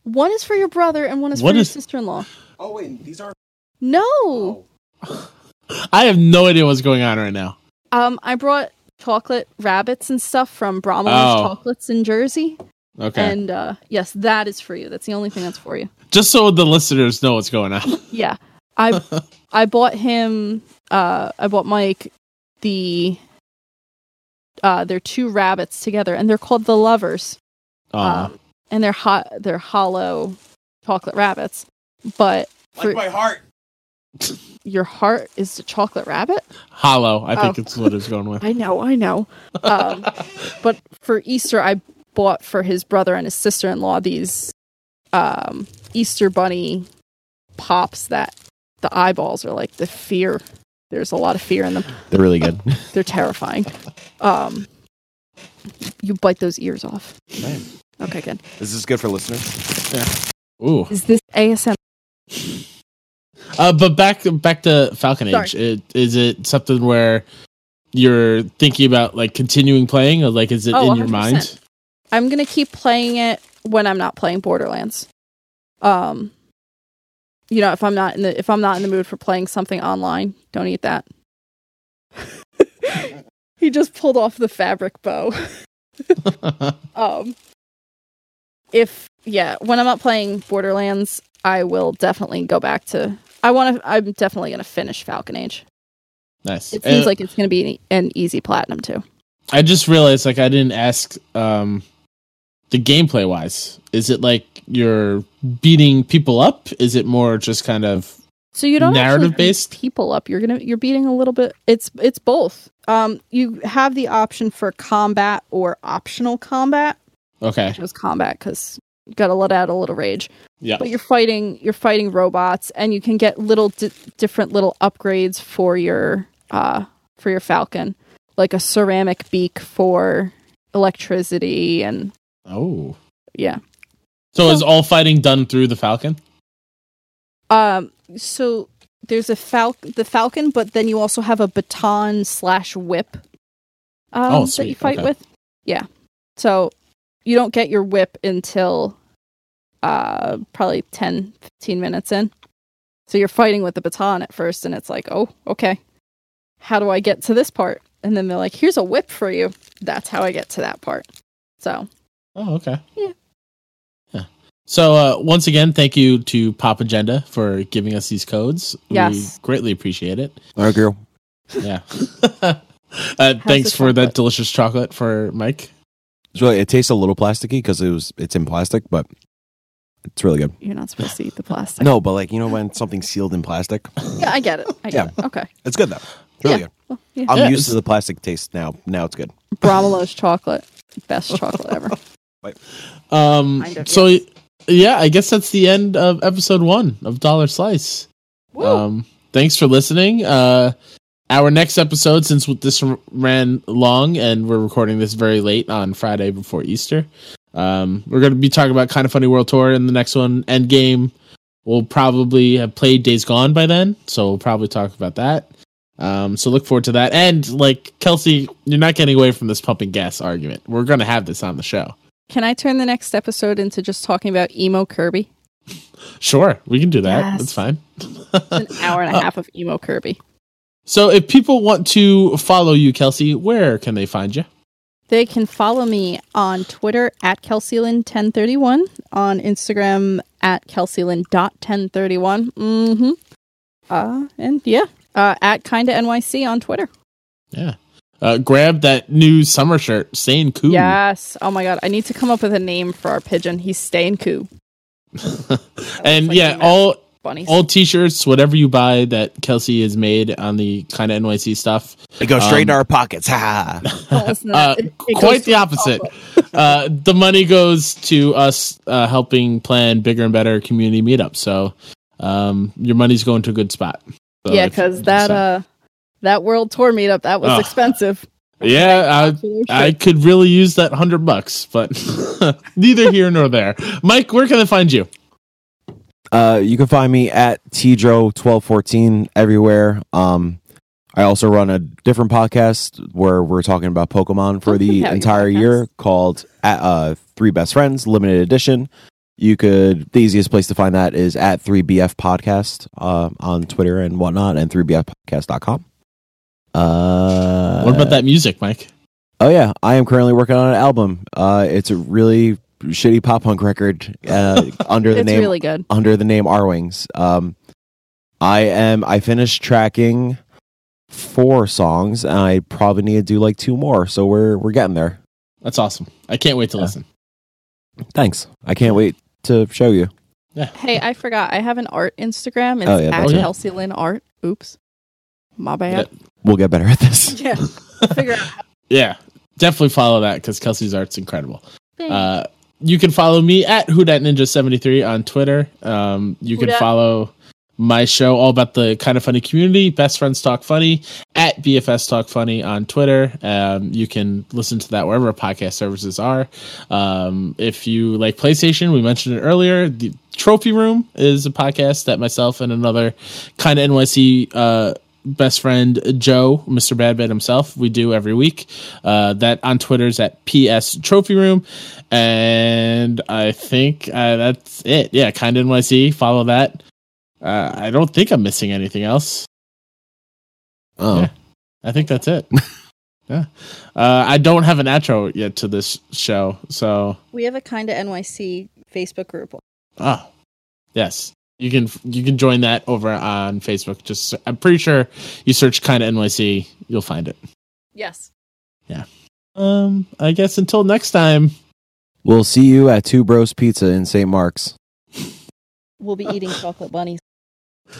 Speaker 3: one is for your brother and one is
Speaker 1: What
Speaker 3: for
Speaker 1: is- Oh.
Speaker 3: your sister-in-law.
Speaker 2: Oh wait, these Oh. aren't.
Speaker 3: No.
Speaker 1: I have no idea what's going on right now.
Speaker 3: Um, I brought chocolate rabbits and stuff from Brahma's
Speaker 1: Oh.
Speaker 3: Chocolates in Jersey.
Speaker 1: Okay.
Speaker 3: And uh, yes, that is for you. That's the only thing that's for you.
Speaker 1: Just so the listeners know what's going on.
Speaker 3: Yeah. I I bought him uh I bought Mike the uh they're two rabbits together and they're called the lovers.
Speaker 1: Aw.
Speaker 3: Um, and they're hot they're hollow chocolate rabbits. But for
Speaker 2: heart.
Speaker 3: your heart is the chocolate rabbit?
Speaker 1: Hollow, I think
Speaker 3: oh.
Speaker 1: it's what it's going with.
Speaker 3: I know, I know. Um, but for Easter, I bought for his brother and his sister in law these um, Easter bunny pops that the eyeballs are like the fear. There's a lot of fear in them.
Speaker 2: They're really good.
Speaker 3: They're terrifying. Um, you bite those ears off. Okay, good.
Speaker 2: Is this good for listeners?
Speaker 1: Ooh.
Speaker 3: Is this ASM?
Speaker 1: Uh, but back back to Falcon Age. It, is it something where you're thinking about like continuing playing, or like is it
Speaker 3: Oh,
Speaker 1: in your mind?
Speaker 3: 100%. I'm gonna keep playing it when I'm not playing Borderlands. Um, you know, if I'm not in the if I'm not in the mood for playing something online, don't eat that. he just pulled off the fabric bow. Um, if yeah, when I'm not playing Borderlands, I will definitely go back to. I want to. I'm definitely gonna finish Falcon Age.
Speaker 1: nice.
Speaker 3: It seems
Speaker 1: Uh,
Speaker 3: like it's gonna be an, e, an easy platinum too.
Speaker 1: I just realized like I didn't ask um the gameplay wise. Is it like you're beating people up? Is it more just kind of
Speaker 3: So you don't
Speaker 1: Narrative
Speaker 3: actually beat
Speaker 1: based?
Speaker 3: people up. You're gonna you're beating a little bit. It's it's both. Um, you have the option for combat or optional combat.
Speaker 1: okay?
Speaker 3: It was combat because you gotta let out a little rage.
Speaker 1: Yeah.
Speaker 3: But you're fighting you're fighting robots, and you can get little di- different little upgrades for your uh for your Falcon, like a ceramic beak for electricity, and
Speaker 1: Oh.
Speaker 3: yeah.
Speaker 1: So is all fighting done through the Falcon?
Speaker 3: Um, so there's a fal- the falcon, but then you also have a baton slash whip. Um,
Speaker 1: Oh,
Speaker 3: that you
Speaker 1: sweet.
Speaker 3: fight
Speaker 1: Okay.
Speaker 3: with. Yeah. So you don't get your whip until uh probably 10 15 minutes in. So you're fighting with the baton at first and it's like, "Oh, okay. How do I get to this part?" And then they're like, "Here's a whip for you." That's how I get to that part. So,
Speaker 1: Oh, okay.
Speaker 3: Yeah.
Speaker 1: Yeah. So uh, once again, thank you to Pop Agenda for giving us these codes.
Speaker 3: Yes.
Speaker 1: We greatly appreciate it.
Speaker 2: All right, girl.
Speaker 1: Yeah. uh, thanks
Speaker 3: the
Speaker 1: for that
Speaker 3: chocolate?
Speaker 1: delicious chocolate for Mike.
Speaker 2: It's really. It tastes a little plasticky because it was. It's in plastic, but it's really good.
Speaker 3: you're not supposed to eat the plastic.
Speaker 2: No, but like you know when something's sealed in plastic,
Speaker 3: Yeah, I get it. I get it. Okay.
Speaker 2: it's good though. It's really
Speaker 3: Yeah.
Speaker 2: good.
Speaker 3: Well, yeah.
Speaker 2: I'm
Speaker 1: Yeah,
Speaker 2: used
Speaker 1: it's-
Speaker 2: to the plastic taste now. Now it's good.
Speaker 3: Bromelo's chocolate. Best chocolate ever.
Speaker 1: Um,
Speaker 3: Kind of,
Speaker 1: so
Speaker 3: yes.
Speaker 1: yeah, I guess that's the end of episode one of Dollar Slice. Um, thanks for listening. Uh, our next episode, since this ran long and we're recording this very late on Friday before Easter, um, we're going to be talking about Kind of Funny World Tour and the next one, Endgame. We'll probably have played Days Gone by then, so we'll probably talk about that. Um, so look forward to that. And like Kelsey, you're not getting away from this pump and gas argument. We're going to have this on the show.
Speaker 3: Can I turn the next episode into just talking about emo Kirby?
Speaker 1: Sure, we can do that.
Speaker 3: Yes.
Speaker 1: That's fine.
Speaker 3: It's an hour
Speaker 1: Uh,
Speaker 3: and a half of emo Kirby.
Speaker 1: So, if people want to follow you, Kelsey, where can they find you?
Speaker 3: They can follow me on Twitter at KelseyLyn1031, on Instagram at KelseyLyn.1031. Mm-hmm. Uh, and yeah, uh, at Kinda NYC on Twitter.
Speaker 1: Yeah. Uh, grab that new summer shirt, staying cool.
Speaker 3: Yes. Oh my God. I need to come up with a name for our pigeon. He's staying cool.
Speaker 1: and
Speaker 3: like
Speaker 1: yeah,
Speaker 3: doing that.
Speaker 1: all
Speaker 3: Bunnies.
Speaker 1: all t-shirts, whatever you buy that Kelsey has made on the kind of NYC stuff,
Speaker 2: It goes straight
Speaker 1: Um,
Speaker 2: into our pockets. Ha!
Speaker 3: Don't listen to
Speaker 1: uh,
Speaker 3: that. It- it goes
Speaker 1: quite
Speaker 3: to
Speaker 1: the opposite. uh, the money goes to us uh, helping plan bigger and better community meetups. So um, your money's going to a good spot. So
Speaker 3: yeah,
Speaker 1: if-
Speaker 3: because that
Speaker 1: so-
Speaker 3: uh, that world tour meetup that was
Speaker 1: Ugh.
Speaker 3: expensive.
Speaker 1: yeah, I, I could really use that hundred bucks, but neither here nor there. Mike, where can I find you?
Speaker 2: Uh, you can find me at tdro1214 everywhere. Um, I also run a different podcast where we're talking about Pokemon for
Speaker 3: Don't
Speaker 2: the
Speaker 3: forget Oh, your
Speaker 2: entire
Speaker 3: podcast.
Speaker 2: year called at, uh, Three Best Friends Limited Edition. You could, the easiest place to find that is at 3BF Podcast uh, on Twitter and whatnot and 3BFpodcast.com. Uh,
Speaker 1: What about that music, Mike?
Speaker 2: Oh yeah, I am currently working on an album. Uh, it's a really shitty pop punk record uh, under the
Speaker 3: It's
Speaker 2: name
Speaker 3: really good.
Speaker 2: under the name R Wings. Um, I am. I finished tracking four songs, and I probably need to do like two more. So we're we're getting there.
Speaker 1: That's awesome. I can't wait to
Speaker 2: Yeah.
Speaker 1: listen.
Speaker 2: Thanks. I can't wait to show you.
Speaker 3: Hey, I forgot. I have an art Instagram. It's
Speaker 2: Oh, yeah,
Speaker 3: at
Speaker 1: that's right.
Speaker 3: Kelsey Lynn Art. Oops, my bad.
Speaker 2: We'll get better at this.
Speaker 3: Yeah, figure out. How
Speaker 1: Yeah, definitely follow that because Kelsey's art's incredible. Uh, you can follow me at Who Dat Ninja 73 on Twitter. Um, you
Speaker 3: Who
Speaker 1: can
Speaker 3: dat?
Speaker 1: follow my show, all about the kind of funny community, Best Friends Talk Funny, at BFS Talk Funny on Twitter. Um, you can listen to that wherever podcast services are. Um, if you like PlayStation, we mentioned it earlier. The Trophy Room is a podcast that myself and another kind of NYC uh, best friend Joe, Mr. Badbed himself, we do every week. Uh, that on Twitter's at PS Trophy Room, and I think uh, that's it. Yeah, kind of NYC. Follow that. Uh, I don't think I'm missing anything else.
Speaker 2: Oh,
Speaker 1: Yeah. I think that's it. yeah, uh, I don't have an outro yet to this show, so
Speaker 3: We have a kind of NYC Facebook group.
Speaker 1: Ah, yes. You can you can join that over on Facebook. Just I'm pretty sure you search kind of NYC, you'll find it.
Speaker 3: Yes.
Speaker 1: Um, I guess until next time.
Speaker 2: we'll see you at Two Bros Pizza in St. Mark's.
Speaker 3: We'll be eating chocolate bunnies.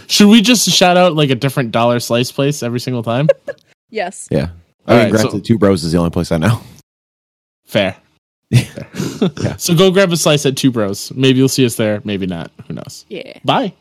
Speaker 1: Should we just shout out like a different dollar slice place every single time?
Speaker 3: Yes.
Speaker 1: All
Speaker 2: Yeah. I mean,
Speaker 1: right,
Speaker 2: granted,
Speaker 1: so-
Speaker 2: Two Bros is the only place I know.
Speaker 1: Fair.
Speaker 2: Yeah.
Speaker 1: So go grab a slice at Two Bros. Maybe you'll see us there. Maybe not. Who knows?
Speaker 3: Yeah.
Speaker 1: Bye.